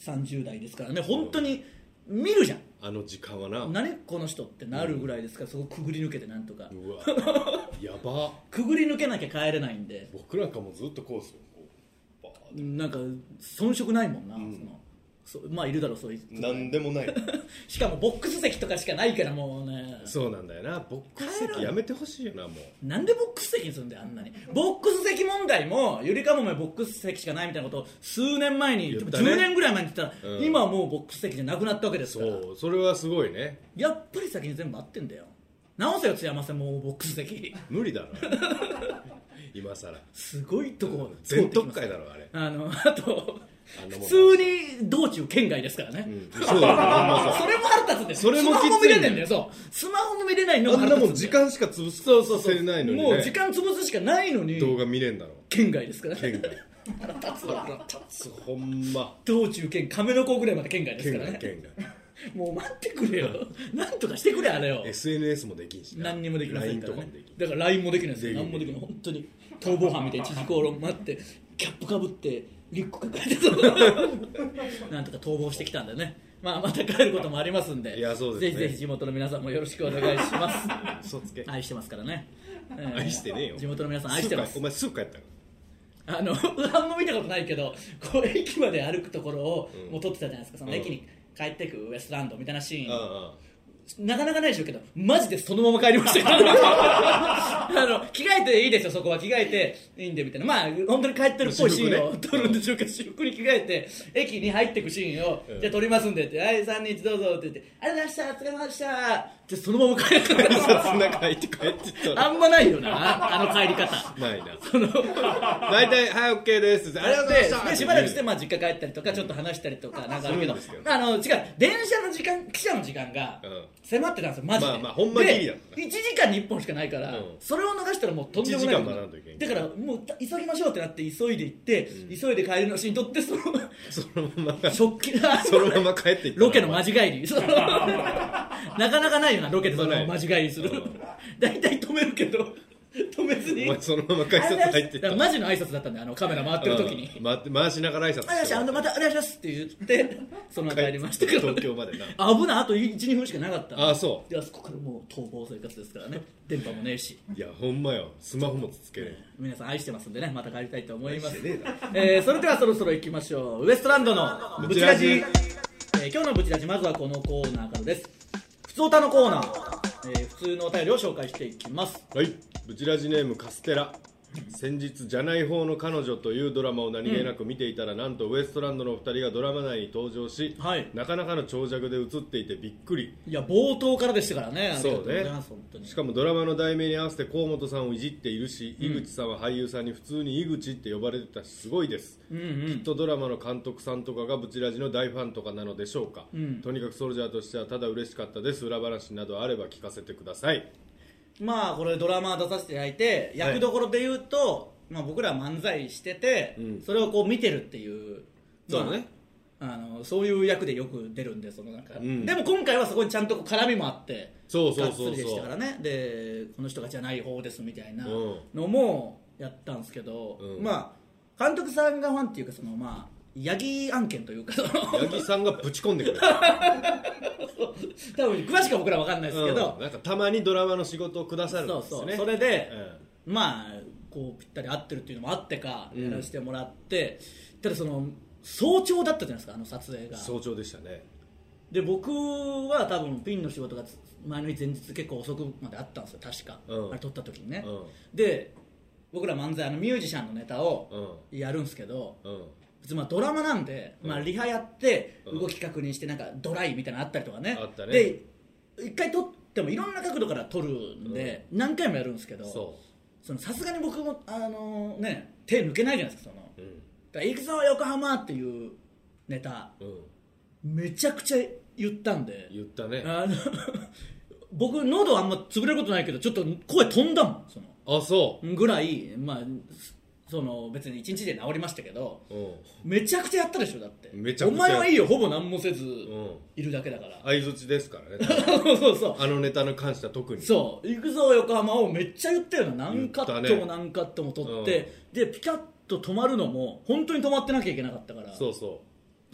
[SPEAKER 2] 30代ですからね本当に見るじゃん
[SPEAKER 3] あの時間はなうわ
[SPEAKER 2] 何この人ってなるぐらいですからそこくぐり抜けてなんとか
[SPEAKER 3] やば
[SPEAKER 2] くぐり抜けなきゃ帰れないんで
[SPEAKER 3] 僕なんかもうずっとこうですよこうバーって
[SPEAKER 2] なんか遜色ないもんな、そのそまあいるだろうそういう
[SPEAKER 3] なんでもない
[SPEAKER 2] しかもボックス席とかしかないからもうね
[SPEAKER 3] そうなんだよなボックス席やめてほしいよなも
[SPEAKER 2] なんでボックス席にするんだよあんなにボックス席問題もゆりかもめボックス席しかないみたいなことを数年前に、
[SPEAKER 3] 言ったね
[SPEAKER 2] 10年ぐらい前に言ってたら、
[SPEAKER 3] うん
[SPEAKER 2] 今はもうボックス席じゃなくなったわけで
[SPEAKER 3] う
[SPEAKER 2] すから
[SPEAKER 3] そうそれはすごいね
[SPEAKER 2] やっぱり先に全部合ってんだよ直せよ津山線もうボックス席
[SPEAKER 3] 無理だ ろ今さら
[SPEAKER 2] すごいとこ通っ
[SPEAKER 3] 全
[SPEAKER 2] てき
[SPEAKER 3] 特
[SPEAKER 2] ます
[SPEAKER 3] 会だろあれ
[SPEAKER 2] あのあと
[SPEAKER 3] あんなもん
[SPEAKER 2] 普通に道中県外ですからね、
[SPEAKER 3] うんそうだよほんま
[SPEAKER 2] そ
[SPEAKER 3] そう
[SPEAKER 2] れも腹立つんですよ
[SPEAKER 3] それも
[SPEAKER 2] スマホも
[SPEAKER 3] きつ
[SPEAKER 2] 見
[SPEAKER 3] い
[SPEAKER 2] れ
[SPEAKER 3] んだよ
[SPEAKER 2] ないんだよそうスマホも見れないの
[SPEAKER 3] あ
[SPEAKER 2] が
[SPEAKER 3] ん
[SPEAKER 2] 腹
[SPEAKER 3] な
[SPEAKER 2] 立
[SPEAKER 3] も
[SPEAKER 2] つ
[SPEAKER 3] ん
[SPEAKER 2] んだ
[SPEAKER 3] 時
[SPEAKER 2] よ
[SPEAKER 3] 間しか潰す
[SPEAKER 2] そうそうそう
[SPEAKER 3] せないのにね
[SPEAKER 2] もう時間潰すしかないのに
[SPEAKER 3] 動画見れんだろ
[SPEAKER 2] 県外ですからね
[SPEAKER 3] 県外
[SPEAKER 2] 腹立つわ 腹立つ
[SPEAKER 3] そうほんま
[SPEAKER 2] 道中県亀の子ぐらいまで県外です
[SPEAKER 3] 県
[SPEAKER 2] から
[SPEAKER 3] 外
[SPEAKER 2] ね
[SPEAKER 3] 県外
[SPEAKER 2] もう待ってくれよなんとかしてくれあれよ
[SPEAKER 3] SNS もできんしな
[SPEAKER 2] 何にもできません
[SPEAKER 3] LINE
[SPEAKER 2] から、
[SPEAKER 3] とか
[SPEAKER 2] ね
[SPEAKER 3] もできん、
[SPEAKER 2] だから LINE もできないです
[SPEAKER 3] で
[SPEAKER 2] よ
[SPEAKER 3] きな
[SPEAKER 2] 何
[SPEAKER 3] い
[SPEAKER 2] もできない本当に逃亡犯みたいに縮ころ待ってキャップかぶってリュック抱えて そのなんとか逃亡してきたんでね、まあ、また帰ることもありますんで
[SPEAKER 3] いやそうですね
[SPEAKER 2] ぜひぜひ地元の皆さんもよろしくお願いします
[SPEAKER 3] 嘘つけ
[SPEAKER 2] 愛してますからね、えー
[SPEAKER 3] 愛してねえよ
[SPEAKER 2] 地元の皆さん愛してます
[SPEAKER 3] すぐ帰お前すぐ帰ったの
[SPEAKER 2] あのあんま見たことないけどこう駅まで歩くところを
[SPEAKER 3] うん
[SPEAKER 2] もう撮ってたじゃないですかその駅に帰ってくウエストランドみたいなシーン、
[SPEAKER 3] ああ
[SPEAKER 2] なかなかないでしょうけどマジでそのまま帰りました よあの着替えていいですよそこは着替えていいんでみたいなまあ本当に帰ってるっぽいシーンを
[SPEAKER 3] 私服ね
[SPEAKER 2] 撮るんでしょうけど私服に着替えて駅に入ってくシーンを、
[SPEAKER 3] うん
[SPEAKER 2] じゃあ撮りますんでって「はい3日どうぞ」って言って「ありがとうございましたお疲れ様でした」ってそのまま帰って
[SPEAKER 3] 警 察の中入って帰ってったら
[SPEAKER 2] あんまないよなあの帰り方
[SPEAKER 3] ないな
[SPEAKER 2] その
[SPEAKER 3] 大体「はい OK です」ありがとうございました
[SPEAKER 2] でしばらくして、まあ、実家帰ったりとかちょっと話したりとかなんかあるけど
[SPEAKER 3] そうなんですよ
[SPEAKER 2] あの違う電車の時間汽車の時間が
[SPEAKER 3] うん
[SPEAKER 2] 迫ってたんですよマジで、
[SPEAKER 3] まあまあほんまギリだ
[SPEAKER 2] で1時間に1本しかないから、
[SPEAKER 3] うん
[SPEAKER 2] それを逃したらもうとんでもない
[SPEAKER 3] 一時間学んどいけん
[SPEAKER 2] だからもう急ぎましょうってなって急いで行って、急いで帰りのシーン撮って その
[SPEAKER 3] そのまま
[SPEAKER 2] 食器が
[SPEAKER 3] そのまま帰っていったら
[SPEAKER 2] ロケの間違 いにそのなかなかないよなロケでその間違いにする
[SPEAKER 3] うん
[SPEAKER 2] 大体止めるけど止めず
[SPEAKER 3] お
[SPEAKER 2] に
[SPEAKER 3] 前そのまま改札入って
[SPEAKER 2] だか
[SPEAKER 3] いった
[SPEAKER 2] らマジの挨拶だったんだよあのカメラ回ってる時に、
[SPEAKER 3] うん回って回しながら挨拶して
[SPEAKER 2] お願いしますあのまたお願いしますって言っ てそのまま帰りましたけど
[SPEAKER 3] 東京までな
[SPEAKER 2] 危ないあと12分しかなかった
[SPEAKER 3] ああそう
[SPEAKER 2] であそこからもう逃亡生活ですからね電波もねえし
[SPEAKER 3] いやほんまよスマホもつけれん
[SPEAKER 2] 皆さん愛してますんでねまた帰りたいと思います
[SPEAKER 3] 愛してね
[SPEAKER 2] えーそれではそろそろ行きましょうウエストランドのブチラジ
[SPEAKER 3] ブチラ
[SPEAKER 2] えー今日のブチラジまずはこのコーナーからです普通歌のコーナー、えー普通のお便りを紹介していきます
[SPEAKER 3] はいブチラジネームカステラ先日「じゃない方の彼女」というドラマを何気なく見ていたら、なんとウエストランドのお二人がドラマ内に登場し、
[SPEAKER 2] はい
[SPEAKER 3] なかなかの長尺で映っていてびっくり
[SPEAKER 2] いや冒頭からでしたからねありがとう
[SPEAKER 3] そ
[SPEAKER 2] ご
[SPEAKER 3] う
[SPEAKER 2] ざい
[SPEAKER 3] ね
[SPEAKER 2] ます、本当に
[SPEAKER 3] しかもドラマの題名に合わせて河本さんをいじっているし、井口さんは俳優さんに普通に井口って呼ばれてたしすごいです、
[SPEAKER 2] うんう
[SPEAKER 3] きっ
[SPEAKER 2] ん
[SPEAKER 3] とドラマの監督さんとかがブチラジの大ファンとかなのでしょうか、
[SPEAKER 2] ん
[SPEAKER 3] とにかくソルジャーとしてはただ嬉しかったです裏話などあれば聞かせてください
[SPEAKER 2] まあこれドラマ出させていただいて役どころで言うと、まあ、僕ら漫才してて、
[SPEAKER 3] うん
[SPEAKER 2] それをこう見てるっていう
[SPEAKER 3] そうね
[SPEAKER 2] まあ、あのそういう役でよく出るんでそのなんか、
[SPEAKER 3] ん
[SPEAKER 2] でも今回はそこにちゃんとこう絡みもあって
[SPEAKER 3] そうそうそうそう
[SPEAKER 2] がっつりでしたからねでこの人がじゃない方ですみたいな
[SPEAKER 3] うん
[SPEAKER 2] のもやったんですけど、
[SPEAKER 3] うん
[SPEAKER 2] まあ監督さんがファンっていうかそのまあヤギ案件というかその
[SPEAKER 3] 八木さんがぶち込んでくれた、
[SPEAKER 2] 多分詳しくは僕らわかんないですけ
[SPEAKER 3] うん、
[SPEAKER 2] ど、
[SPEAKER 3] なんかたまにドラマの仕事をくださるん
[SPEAKER 2] そう
[SPEAKER 3] ですね
[SPEAKER 2] そう、それで、
[SPEAKER 3] うん
[SPEAKER 2] まあこうぴったり合ってるっていうのもあってか
[SPEAKER 3] うん
[SPEAKER 2] やらせてもらって、ただその早朝だったじゃないですかあの撮影が
[SPEAKER 3] 早朝でしたね
[SPEAKER 2] で僕は多分ピンの仕事がつ前の日前日結構遅くまであったんですよ確か、
[SPEAKER 3] うん
[SPEAKER 2] あれ撮った時にね、
[SPEAKER 3] うん
[SPEAKER 2] で僕ら漫才あのミュージシャンのネタ
[SPEAKER 3] う
[SPEAKER 2] を
[SPEAKER 3] ん
[SPEAKER 2] やるんですけど
[SPEAKER 3] うん
[SPEAKER 2] 別にまあドラマなんで、まあ、リハやって
[SPEAKER 3] うん
[SPEAKER 2] 動き確認してなんかドライみたいなのあったりとかね
[SPEAKER 3] あったね
[SPEAKER 2] で一回撮ってもいろんな角度から撮るんで、何回もやるんですけど
[SPEAKER 3] そ
[SPEAKER 2] そのさすがに僕もあのね手抜けないじゃないですかその
[SPEAKER 3] ううん
[SPEAKER 2] だから行くぞ横浜っていうネタ
[SPEAKER 3] うん
[SPEAKER 2] めちゃくちゃ言ったんで
[SPEAKER 3] 言ったね
[SPEAKER 2] あの 僕喉あんま潰れることないけどちょっと声飛んだもんその
[SPEAKER 3] あそ
[SPEAKER 2] ぐらいまあその別に1日で治りましたけど
[SPEAKER 3] ううん
[SPEAKER 2] めちゃくちゃやったでしょだって
[SPEAKER 3] めちゃくちゃ
[SPEAKER 2] お前はいいよほぼ何もせず
[SPEAKER 3] うん
[SPEAKER 2] いるだけだから、
[SPEAKER 3] 相づちですからね
[SPEAKER 2] そうそうそう
[SPEAKER 3] あのネタに関しては特に
[SPEAKER 2] そう行くぞ横浜をめっちゃ言ったよな何カット
[SPEAKER 3] 言っ
[SPEAKER 2] も
[SPEAKER 3] たね
[SPEAKER 2] 何カットも取って、でピカッと止まるのも本当に止まってなきゃいけなかったから
[SPEAKER 3] そうそ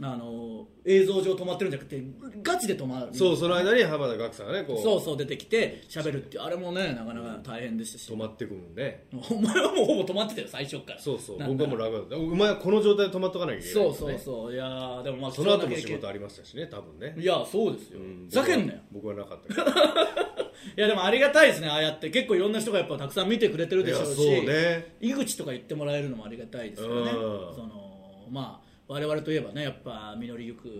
[SPEAKER 2] あの映像上止まってるんじゃなくてガチで止まる
[SPEAKER 3] うそうその間に浜田岳さんがねこう
[SPEAKER 2] そうそう出てきて喋るっていうあれもねなかなか大変でしたし
[SPEAKER 3] 止まってくもんね
[SPEAKER 2] お前はもうほぼ止まってたよ最初から
[SPEAKER 3] そうそう
[SPEAKER 2] なん
[SPEAKER 3] 僕
[SPEAKER 2] なら
[SPEAKER 3] はもう楽だったお前はこの状態で止まっとかなきゃいけないから
[SPEAKER 2] そ
[SPEAKER 3] ね
[SPEAKER 2] うそうそういやーでもまあ
[SPEAKER 3] その後も
[SPEAKER 2] 貴重な経
[SPEAKER 3] 仕
[SPEAKER 2] 験
[SPEAKER 3] 事ありましたしね多分ね
[SPEAKER 2] いやそうですよ
[SPEAKER 3] うん
[SPEAKER 2] ふざけんなよ
[SPEAKER 3] 僕は僕はなかったけど
[SPEAKER 2] いやでもありがたいですねああやって結構いろんな人がやっぱたくさん見てくれてるでしょうし
[SPEAKER 3] いやそうね
[SPEAKER 2] 井口とか言ってもらえるのもありがたいですよね
[SPEAKER 3] うん
[SPEAKER 2] そのまあ我々といえばねやっぱ実りゆくっ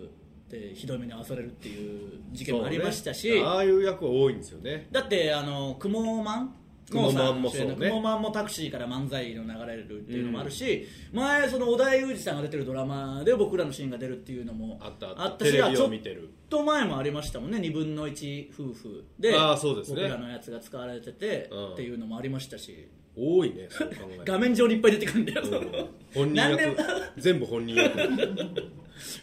[SPEAKER 2] てひどい目に遭わされるっていう事件もありましたし、
[SPEAKER 3] そうねああいう役は多いんですよね
[SPEAKER 2] だってあのクモマン
[SPEAKER 3] くもまんもそうね
[SPEAKER 2] クモマンもタクシーから漫才の流れるっていうのもあるし、前その織田裕二さんが出てるドラマで僕らのシーンが出るっていうのも
[SPEAKER 3] あったあった
[SPEAKER 2] あったし
[SPEAKER 3] テレ
[SPEAKER 2] あ
[SPEAKER 3] ビ
[SPEAKER 2] ちょ
[SPEAKER 3] を
[SPEAKER 2] っ
[SPEAKER 3] 見てる
[SPEAKER 2] と前もありましたもんね2分の1夫婦で
[SPEAKER 3] あーそうですね
[SPEAKER 2] 僕らのやつが使われてて、
[SPEAKER 3] うん
[SPEAKER 2] っていうのもありましたし
[SPEAKER 3] 多いねそう考えると
[SPEAKER 2] 画面上にいっぱい出てくるんだよ、
[SPEAKER 3] うん本人
[SPEAKER 2] 何で
[SPEAKER 3] 役
[SPEAKER 2] も
[SPEAKER 3] 全部本人 役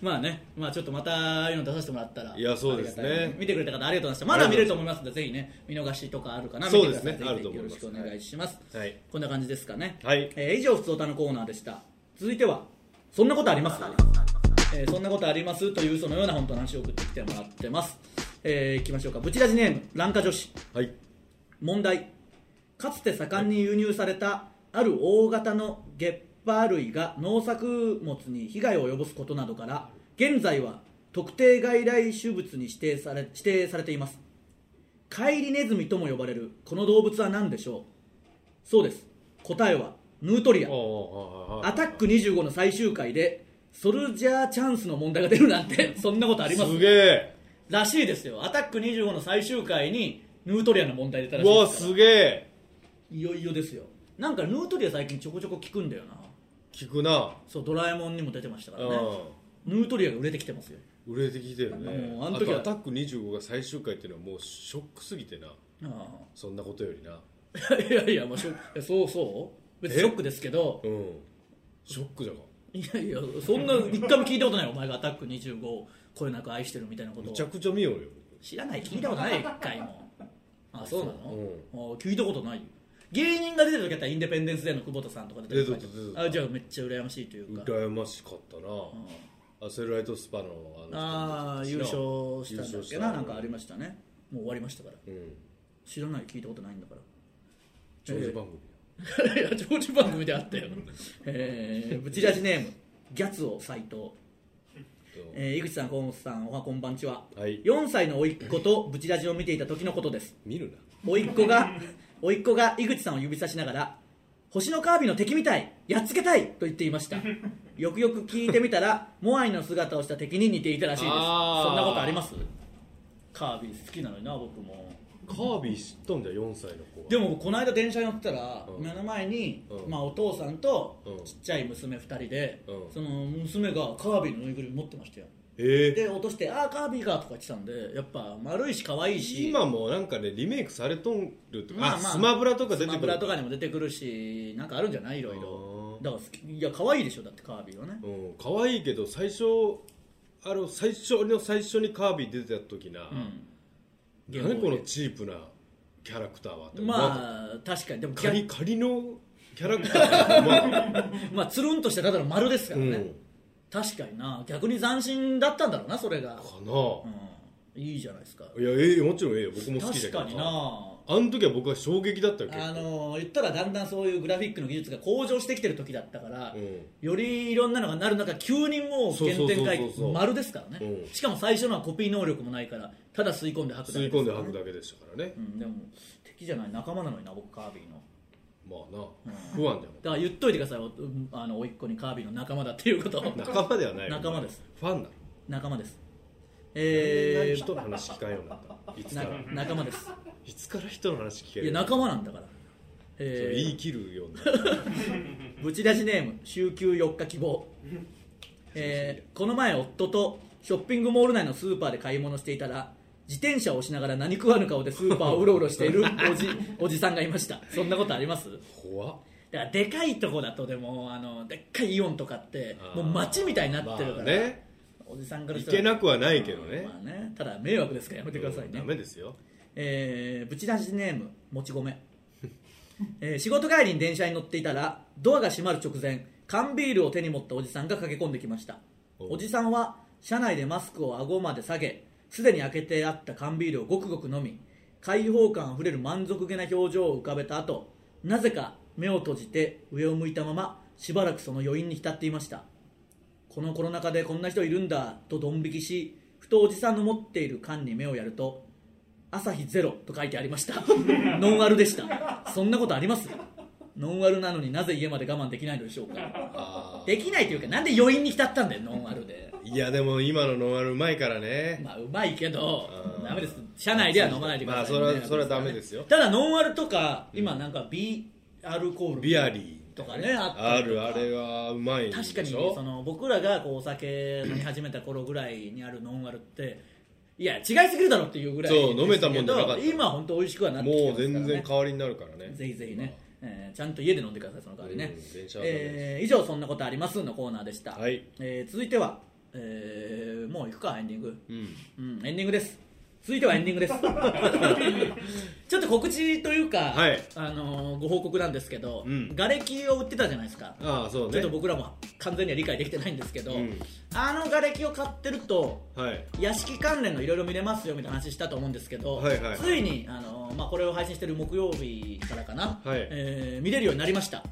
[SPEAKER 2] まあね、まあ、ちょっとまたああいうの出させてもらったら
[SPEAKER 3] いやそうですね
[SPEAKER 2] ありがたい見てくれた方ありがとうございましたまだ見れると思いますのでぜひね見逃しとかあるかな
[SPEAKER 3] そうですね
[SPEAKER 2] 見てくださ
[SPEAKER 3] あると思います
[SPEAKER 2] ぜひよろしくお願いします、
[SPEAKER 3] はい
[SPEAKER 2] こんな感じですかね
[SPEAKER 3] はい
[SPEAKER 2] えー以上「ふつおた」のコーナーでした続いては「そんなことあります?」えーそんなことあります?」というそのような本当の話を送ってきてもらってますえー、いきましょうかブチラジネームランカ女子
[SPEAKER 3] はい
[SPEAKER 2] 問題かつて盛んに輸入されたある大型のゲッパー類が農作物に被害を及ぼすことなどから現在は特定外来種物に指定され指定されていますカイリネズミとも呼ばれるこの動物は何でしょうそうです答えはヌートリア
[SPEAKER 3] おーおーおーおー
[SPEAKER 2] アタック25の最終回でソルジャーチャンスの問題が出るなんて そんなことあります
[SPEAKER 3] すげえ
[SPEAKER 2] らしいですよアタック25の最終回にヌートリアの問題出たら
[SPEAKER 3] う
[SPEAKER 2] しい
[SPEAKER 3] わ
[SPEAKER 2] ですから
[SPEAKER 3] すげえ
[SPEAKER 2] いよいよですよなんかヌートリア最近ちょこちょこ聞くんだよな
[SPEAKER 3] 聞くな
[SPEAKER 2] そうドラえもんにも出てましたからね
[SPEAKER 3] う
[SPEAKER 2] ヌートリアが売れてきてますよ
[SPEAKER 3] ん売れてきてるね
[SPEAKER 2] もうあ
[SPEAKER 3] あ
[SPEAKER 2] の時
[SPEAKER 3] と
[SPEAKER 2] は
[SPEAKER 3] アタック25が最終回っていうのはもうショックすぎてな
[SPEAKER 2] あ
[SPEAKER 3] そんなことよりな
[SPEAKER 2] あ いやいや、まあ、ショック そうそう別に
[SPEAKER 3] え
[SPEAKER 2] ショックですけど
[SPEAKER 3] うんショックじゃが
[SPEAKER 2] いやいやそん な一回も聞いたことないよお前が「アタック25」をこよなく愛してるみたいなこと
[SPEAKER 3] む
[SPEAKER 2] を
[SPEAKER 3] ちゃくちゃ見ようよ
[SPEAKER 2] 知らない聞いたことない一回もあそうなの、
[SPEAKER 3] う
[SPEAKER 2] あ聞いたことないよ芸人が出てる時やったらインデペンデンスデーの久保田さんとか出てる時
[SPEAKER 3] 出てた出てた
[SPEAKER 2] あじゃあめっちゃ羨ましいというか
[SPEAKER 3] 羨ましかったなあセルライトスパの
[SPEAKER 2] ああ
[SPEAKER 3] の人
[SPEAKER 2] 優
[SPEAKER 3] の時
[SPEAKER 2] 勝
[SPEAKER 3] の
[SPEAKER 2] したんだっけ
[SPEAKER 3] 優勝
[SPEAKER 2] ななんかありましたねもう終わりましたから
[SPEAKER 3] うん
[SPEAKER 2] 知らない聞いたことないんだから
[SPEAKER 3] 長寿番組
[SPEAKER 2] いや 長寿番組であったよ、えー、ブチラジネームギャツオ斎藤、
[SPEAKER 3] や
[SPEAKER 2] えー、井口さん河本さんおはこんばんちは、
[SPEAKER 3] はい
[SPEAKER 2] 4歳の甥っ子とブチラジを見ていた時のことです
[SPEAKER 3] 見るな
[SPEAKER 2] 甥っ子が甥っ子が井口さんを指さしながら「星のカービィの敵みたいやっつけたい!」と言っていましたよくよく聞いてみたらモアイの姿をした敵に似ていたらしいです
[SPEAKER 3] あー
[SPEAKER 2] そんなことありますカービィ好きなのにな僕も
[SPEAKER 3] カービィ知っとんじゃん4歳の子は
[SPEAKER 2] でもこの間電車に乗ってたら、
[SPEAKER 3] うん
[SPEAKER 2] 目の前に、
[SPEAKER 3] うん
[SPEAKER 2] まあ、お父さんと
[SPEAKER 3] うん
[SPEAKER 2] ちっちゃい娘2人で、
[SPEAKER 3] うん
[SPEAKER 2] その娘がカービィのぬいぐるみ持ってましたよ
[SPEAKER 3] え
[SPEAKER 2] で落として「ああカービィか」とか言ってたんでやっぱ丸いし可愛い
[SPEAKER 3] ー
[SPEAKER 2] し
[SPEAKER 3] 今もなんかねリメイクされとんると
[SPEAKER 2] まあ
[SPEAKER 3] かあ
[SPEAKER 2] まあ
[SPEAKER 3] スマブラとか出
[SPEAKER 2] ス
[SPEAKER 3] て
[SPEAKER 2] マ
[SPEAKER 3] く
[SPEAKER 2] ブ
[SPEAKER 3] る
[SPEAKER 2] ラとかにも出てくるしなんかあるんじゃないいろいろ
[SPEAKER 3] あー
[SPEAKER 2] だから好きいや可愛いでしょだってカービィはね
[SPEAKER 3] うん可愛いけど最初あの最初の最初にカービィ出てた時な、
[SPEAKER 2] うん
[SPEAKER 3] 何このチープなキャラクターはって思わなかっ
[SPEAKER 2] まあ確かにでも
[SPEAKER 3] た仮仮のキャラクタ ーだと思わなかっ
[SPEAKER 2] まあつるんとしたただの丸ですか
[SPEAKER 3] た
[SPEAKER 2] ら
[SPEAKER 3] う
[SPEAKER 2] ね、
[SPEAKER 3] ん
[SPEAKER 2] 確かにな逆に斬新だったんだろうなそれが、
[SPEAKER 3] か
[SPEAKER 2] うん、いいじゃないですか
[SPEAKER 3] な、いやええもちろんええよ僕も好
[SPEAKER 2] 確
[SPEAKER 3] きだけど
[SPEAKER 2] かにな
[SPEAKER 3] あの時は僕は衝撃だったよ結構
[SPEAKER 2] あの言ったらだんだんそういうグラフィックの技術が向上してきてる時だったから、
[SPEAKER 3] うん
[SPEAKER 2] よりいろんなのがなる中急にもう
[SPEAKER 3] そう
[SPEAKER 2] 原
[SPEAKER 3] そうそうそう
[SPEAKER 2] 点回帰丸ですからね、
[SPEAKER 3] うん
[SPEAKER 2] しかも最初のはコピー能力もないからただ吸い込んで吐くだけ
[SPEAKER 3] 吸い
[SPEAKER 2] ですから
[SPEAKER 3] 込んで
[SPEAKER 2] ね
[SPEAKER 3] 吐くだけでしたからね
[SPEAKER 2] う、ん、でも敵じゃない仲間なのにな僕カービィの
[SPEAKER 3] まあな、不安だよ
[SPEAKER 2] だから言っといてくださいおうんあの甥っ子にカービィの仲間だっていうことを
[SPEAKER 3] 仲間ではないよ
[SPEAKER 2] 仲間です
[SPEAKER 3] ファンだろ
[SPEAKER 2] 仲間です
[SPEAKER 3] え
[SPEAKER 2] え
[SPEAKER 3] 人の話聞かんようになったいつ
[SPEAKER 2] ー、
[SPEAKER 3] か
[SPEAKER 2] な
[SPEAKER 3] ら
[SPEAKER 2] 仲間です
[SPEAKER 3] いつから人の話聞け
[SPEAKER 2] い
[SPEAKER 3] る
[SPEAKER 2] や仲間なんだから
[SPEAKER 3] そう
[SPEAKER 2] え
[SPEAKER 3] 言
[SPEAKER 2] ー
[SPEAKER 3] い切るよう になった
[SPEAKER 2] ぶち出しネーム週休4日希望、えーこの前夫とショッピングモール内のスーパーで買い物していたら自転車を押しながら何食わぬ顔でスーパーをうろうろしているおじおじさんがいましたそんなことあります
[SPEAKER 3] 怖っ
[SPEAKER 2] だからでかいとこだとでもあのでっかいイオンとかって
[SPEAKER 3] あー
[SPEAKER 2] もう街みたいになってるから、
[SPEAKER 3] まあね
[SPEAKER 2] おじさんから
[SPEAKER 3] い
[SPEAKER 2] したら
[SPEAKER 3] けなくはないけどね
[SPEAKER 2] まあねただ迷惑ですからやめてくださいね、
[SPEAKER 3] ダメですよ
[SPEAKER 2] えーぶち出しネームもち米、 えー仕事帰りに電車に乗っていたらドアが閉まる直前缶ビールを手に持ったおじさんが駆け込んできました
[SPEAKER 3] お
[SPEAKER 2] おじさんは車内でマスクを顎まで下げすでに開けてあった缶ビールをごくごく飲み開放感あふれる満足げな表情を浮かべた後なぜか目を閉じて上を向いたまましばらくその余韻に浸っていましたこのコロナ禍でこんな人いるんだとドン引きしふとおじさんの持っている缶に目をやると「朝日ゼロ」と書いてありました ノンアルでしたそんなことありますノンアルなのになぜ家まで我慢できないのでしょうか
[SPEAKER 3] あ
[SPEAKER 2] できないというかなんで余韻に浸ったんだよノンアルで
[SPEAKER 3] ーいやでも今のノンアルうまいからね
[SPEAKER 2] まあうまいけど
[SPEAKER 3] うん
[SPEAKER 2] ダメです車内では飲まないでくださいね、
[SPEAKER 3] まあそれはそれはダメですよ
[SPEAKER 2] ただノンアルとか今なんかビアルコール
[SPEAKER 3] ビアリー
[SPEAKER 2] とかねあった
[SPEAKER 3] あ
[SPEAKER 2] りと
[SPEAKER 3] る
[SPEAKER 2] か
[SPEAKER 3] あれはうまいんでし
[SPEAKER 2] 確
[SPEAKER 3] ょ
[SPEAKER 2] かにねその僕らがこうお酒飲み始めた頃ぐらいにあるノンアルっていや違いすぎるだろっていうぐらい
[SPEAKER 3] そう
[SPEAKER 2] です
[SPEAKER 3] 飲めたもんじゃなかった
[SPEAKER 2] 今本当美味しくはなってきて
[SPEAKER 3] も
[SPEAKER 2] ま
[SPEAKER 3] う
[SPEAKER 2] すから、ね、
[SPEAKER 3] 全然代わりになるからね
[SPEAKER 2] ぜひぜひね、えーちゃんと家で飲んでくださいその代わりね、
[SPEAKER 3] うん電車はダメです
[SPEAKER 2] えー以上「そんなことあります」のコーナーでした、
[SPEAKER 3] はい
[SPEAKER 2] えー続いては、えーもう行くかエンディング
[SPEAKER 3] うん
[SPEAKER 2] うん、エンディングです。続いてはエンディン グです。ちょっと告知というか、
[SPEAKER 3] はい
[SPEAKER 2] あのーご報告なんですけど、
[SPEAKER 3] うん
[SPEAKER 2] 瓦礫を売ってたじゃないですか。
[SPEAKER 3] ああそう
[SPEAKER 2] ちょ
[SPEAKER 3] ね
[SPEAKER 2] っと僕らも完全には理解できてないんですけど、
[SPEAKER 3] うん
[SPEAKER 2] あの瓦礫を買ってると
[SPEAKER 3] はい
[SPEAKER 2] 屋敷関連のいろいろ見れますよみたいな話したと思うんですけど、
[SPEAKER 3] はいはい
[SPEAKER 2] ついに、あのーまあ、これを配信してる木曜日からかな、
[SPEAKER 3] はい
[SPEAKER 2] えー見れるようになりました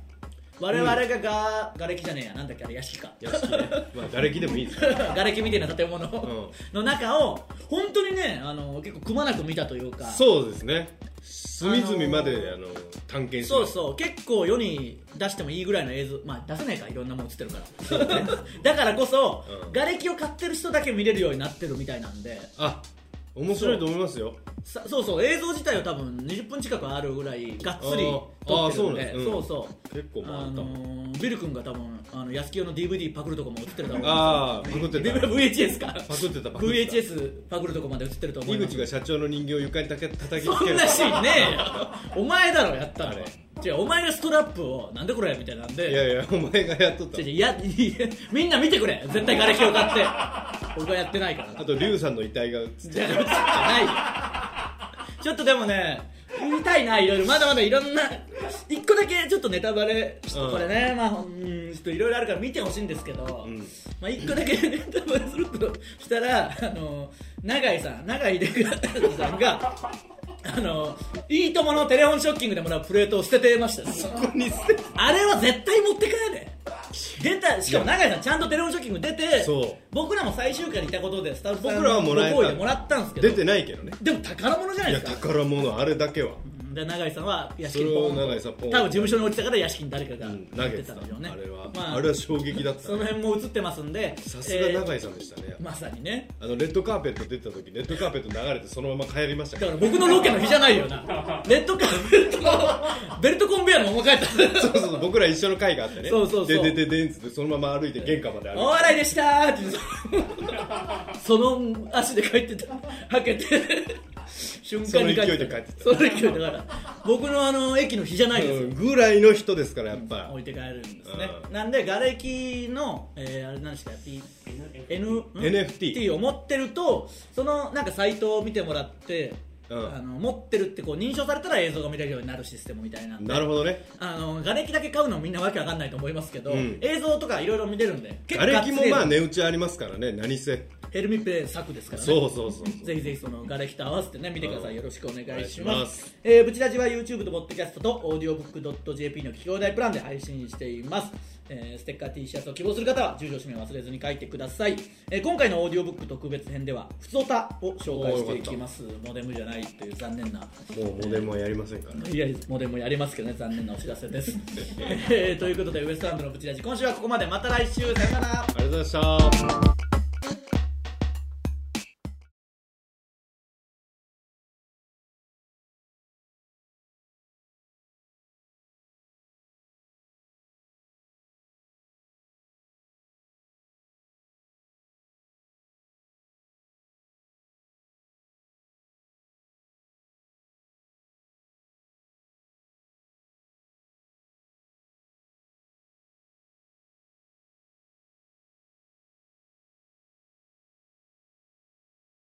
[SPEAKER 2] 我々がが瓦礫じゃねえやなんだっけあれ屋敷か
[SPEAKER 3] 屋 敷ねまあ誰きでもいいですよ
[SPEAKER 2] 瓦礫みたいな建物をの中を本当にねあの結構くまなく見たというか
[SPEAKER 3] そうですね隅々まであの探検し
[SPEAKER 2] そう
[SPEAKER 3] ます
[SPEAKER 2] そう結構世に出してもいいぐらいの映像まあ出せないかいろんなもん映ってるから、 だからこそ、
[SPEAKER 3] うん
[SPEAKER 2] 瓦礫を買ってる人だけ見れるようになってるみたいなんで
[SPEAKER 3] あ面白いと思いますよ
[SPEAKER 2] さそうそう映像自体は多分20分近くあるぐらいがっつり撮
[SPEAKER 3] あー
[SPEAKER 2] ってるんで
[SPEAKER 3] あーそうなんですうん
[SPEAKER 2] そうそう
[SPEAKER 3] 結構
[SPEAKER 2] あ
[SPEAKER 3] 回った
[SPEAKER 2] のービル君が多分あの安木用の DVD パクるとこも映ってるだろう
[SPEAKER 3] ああパクってた
[SPEAKER 2] VHS か
[SPEAKER 3] パクってたパクってた
[SPEAKER 2] VHS パクるとこまで映ってると思
[SPEAKER 3] 井
[SPEAKER 2] います
[SPEAKER 3] 口が社長の人形を床にたけ叩きつ
[SPEAKER 2] そ
[SPEAKER 3] け
[SPEAKER 2] ん
[SPEAKER 3] る
[SPEAKER 2] なシーンねえよ お前だろやったの
[SPEAKER 3] あれ
[SPEAKER 2] 違うお前がストラップをなんでこれやみたいなんで
[SPEAKER 3] いやいやお前がやっとった
[SPEAKER 2] 違う違ういやいやみんな見てくれ絶対瓦礫を買って俺がやってないからな
[SPEAKER 3] あと龍さんの遺体が映っ
[SPEAKER 2] じゃないよちょっとでもね見たいないろいろまだまだいろんな一個だけちょっとネタバレちょっとこれね、まあうんちょっといろいろあるから見てほしいんですけど、
[SPEAKER 3] ん
[SPEAKER 2] まあ一個だけネタバレするとしたらあの永井さん永井出倉さんがあのいいとものテレフォンショッキングでもらうプレートを捨ててましたそこに捨てあれは絶対持って帰れ出たしかも永井さんちゃんとテレフォンショッキング出て
[SPEAKER 3] そう
[SPEAKER 2] 僕らも最終回にいたことでスタッフさんの
[SPEAKER 3] 僕らはもらえた
[SPEAKER 2] ご厚意でもらったんですけど
[SPEAKER 3] 出てないけどね
[SPEAKER 2] でも宝物じゃない
[SPEAKER 3] い
[SPEAKER 2] で
[SPEAKER 3] や
[SPEAKER 2] すか
[SPEAKER 3] 宝物あれだけは
[SPEAKER 2] で永井さんは屋敷にポン
[SPEAKER 3] それを永井さんポン
[SPEAKER 2] 多分事務所に落ちたから屋敷に誰かが
[SPEAKER 3] うん
[SPEAKER 2] 投
[SPEAKER 3] 投
[SPEAKER 2] げ
[SPEAKER 3] げ
[SPEAKER 2] て
[SPEAKER 3] て
[SPEAKER 2] た
[SPEAKER 3] た
[SPEAKER 2] んでしょうね
[SPEAKER 3] あれは、
[SPEAKER 2] まあ、
[SPEAKER 3] あれは衝撃だった
[SPEAKER 2] その辺も映ってますんで
[SPEAKER 3] さすが
[SPEAKER 2] え
[SPEAKER 3] 永井さんでしたね、
[SPEAKER 2] ーまさにね
[SPEAKER 3] あのレッドカーペット出てた時レッドカーペット流れてそのまま帰りました
[SPEAKER 2] だ
[SPEAKER 3] か
[SPEAKER 2] からら僕のロケの日じゃないよなレッドカーペットのベルトコンベヤーのお迎えた
[SPEAKER 3] そうそうそう僕ら一緒の会があってね
[SPEAKER 2] そうそうそう
[SPEAKER 3] ででででんつってそのまま歩いて玄関まで歩いて
[SPEAKER 2] お笑いでしたーってその足で帰ってたはけて瞬間に帰ってた
[SPEAKER 3] そ
[SPEAKER 2] その勢いでだから僕のあの駅の日じゃないですよ、
[SPEAKER 3] うんぐらいの人ですからやっぱ、
[SPEAKER 2] 置いて帰るんですね、
[SPEAKER 3] う
[SPEAKER 2] なんで瓦礫の、えー、あれなんですか P N
[SPEAKER 3] NFT
[SPEAKER 2] T を持ってるとそのなんかサイトを見てもらって、
[SPEAKER 3] うん
[SPEAKER 2] あの持ってるってこう認証されたら映像が見れるようになるシステムみたいなんで
[SPEAKER 3] なるほどね
[SPEAKER 2] あの瓦礫だけ買うのみんなわけわかんないと思いますけど、
[SPEAKER 3] うん
[SPEAKER 2] 映像とかいろいろ見れるんで結
[SPEAKER 3] 瓦礫もまあ
[SPEAKER 2] ガッツリ
[SPEAKER 3] 値打ちありますからね何せ
[SPEAKER 2] ヘルミペ作ですからね
[SPEAKER 3] そうそうそうそう
[SPEAKER 2] ぜひぜひそのガレキと合わせてね見てください、
[SPEAKER 3] うん
[SPEAKER 2] よろしくお願いし
[SPEAKER 3] お願いし
[SPEAKER 2] ま
[SPEAKER 3] ますす
[SPEAKER 2] えーブチラジは YouTube と Podcast と audiobook.jp の企業大プランで配信しています、えーステッカー T シャツを希望する方は住所氏名忘れずに書いてください、えー今回のオーディオブック特別編では「ふつおた」を紹介していきますモデムじゃないという残念な
[SPEAKER 3] もうモデルもやりませんから
[SPEAKER 2] いやモデムやりますけどね残念なお知らせです えーということでウエストランドのブチラジ今週はここまでまた来週さよなら
[SPEAKER 3] ありがとうございました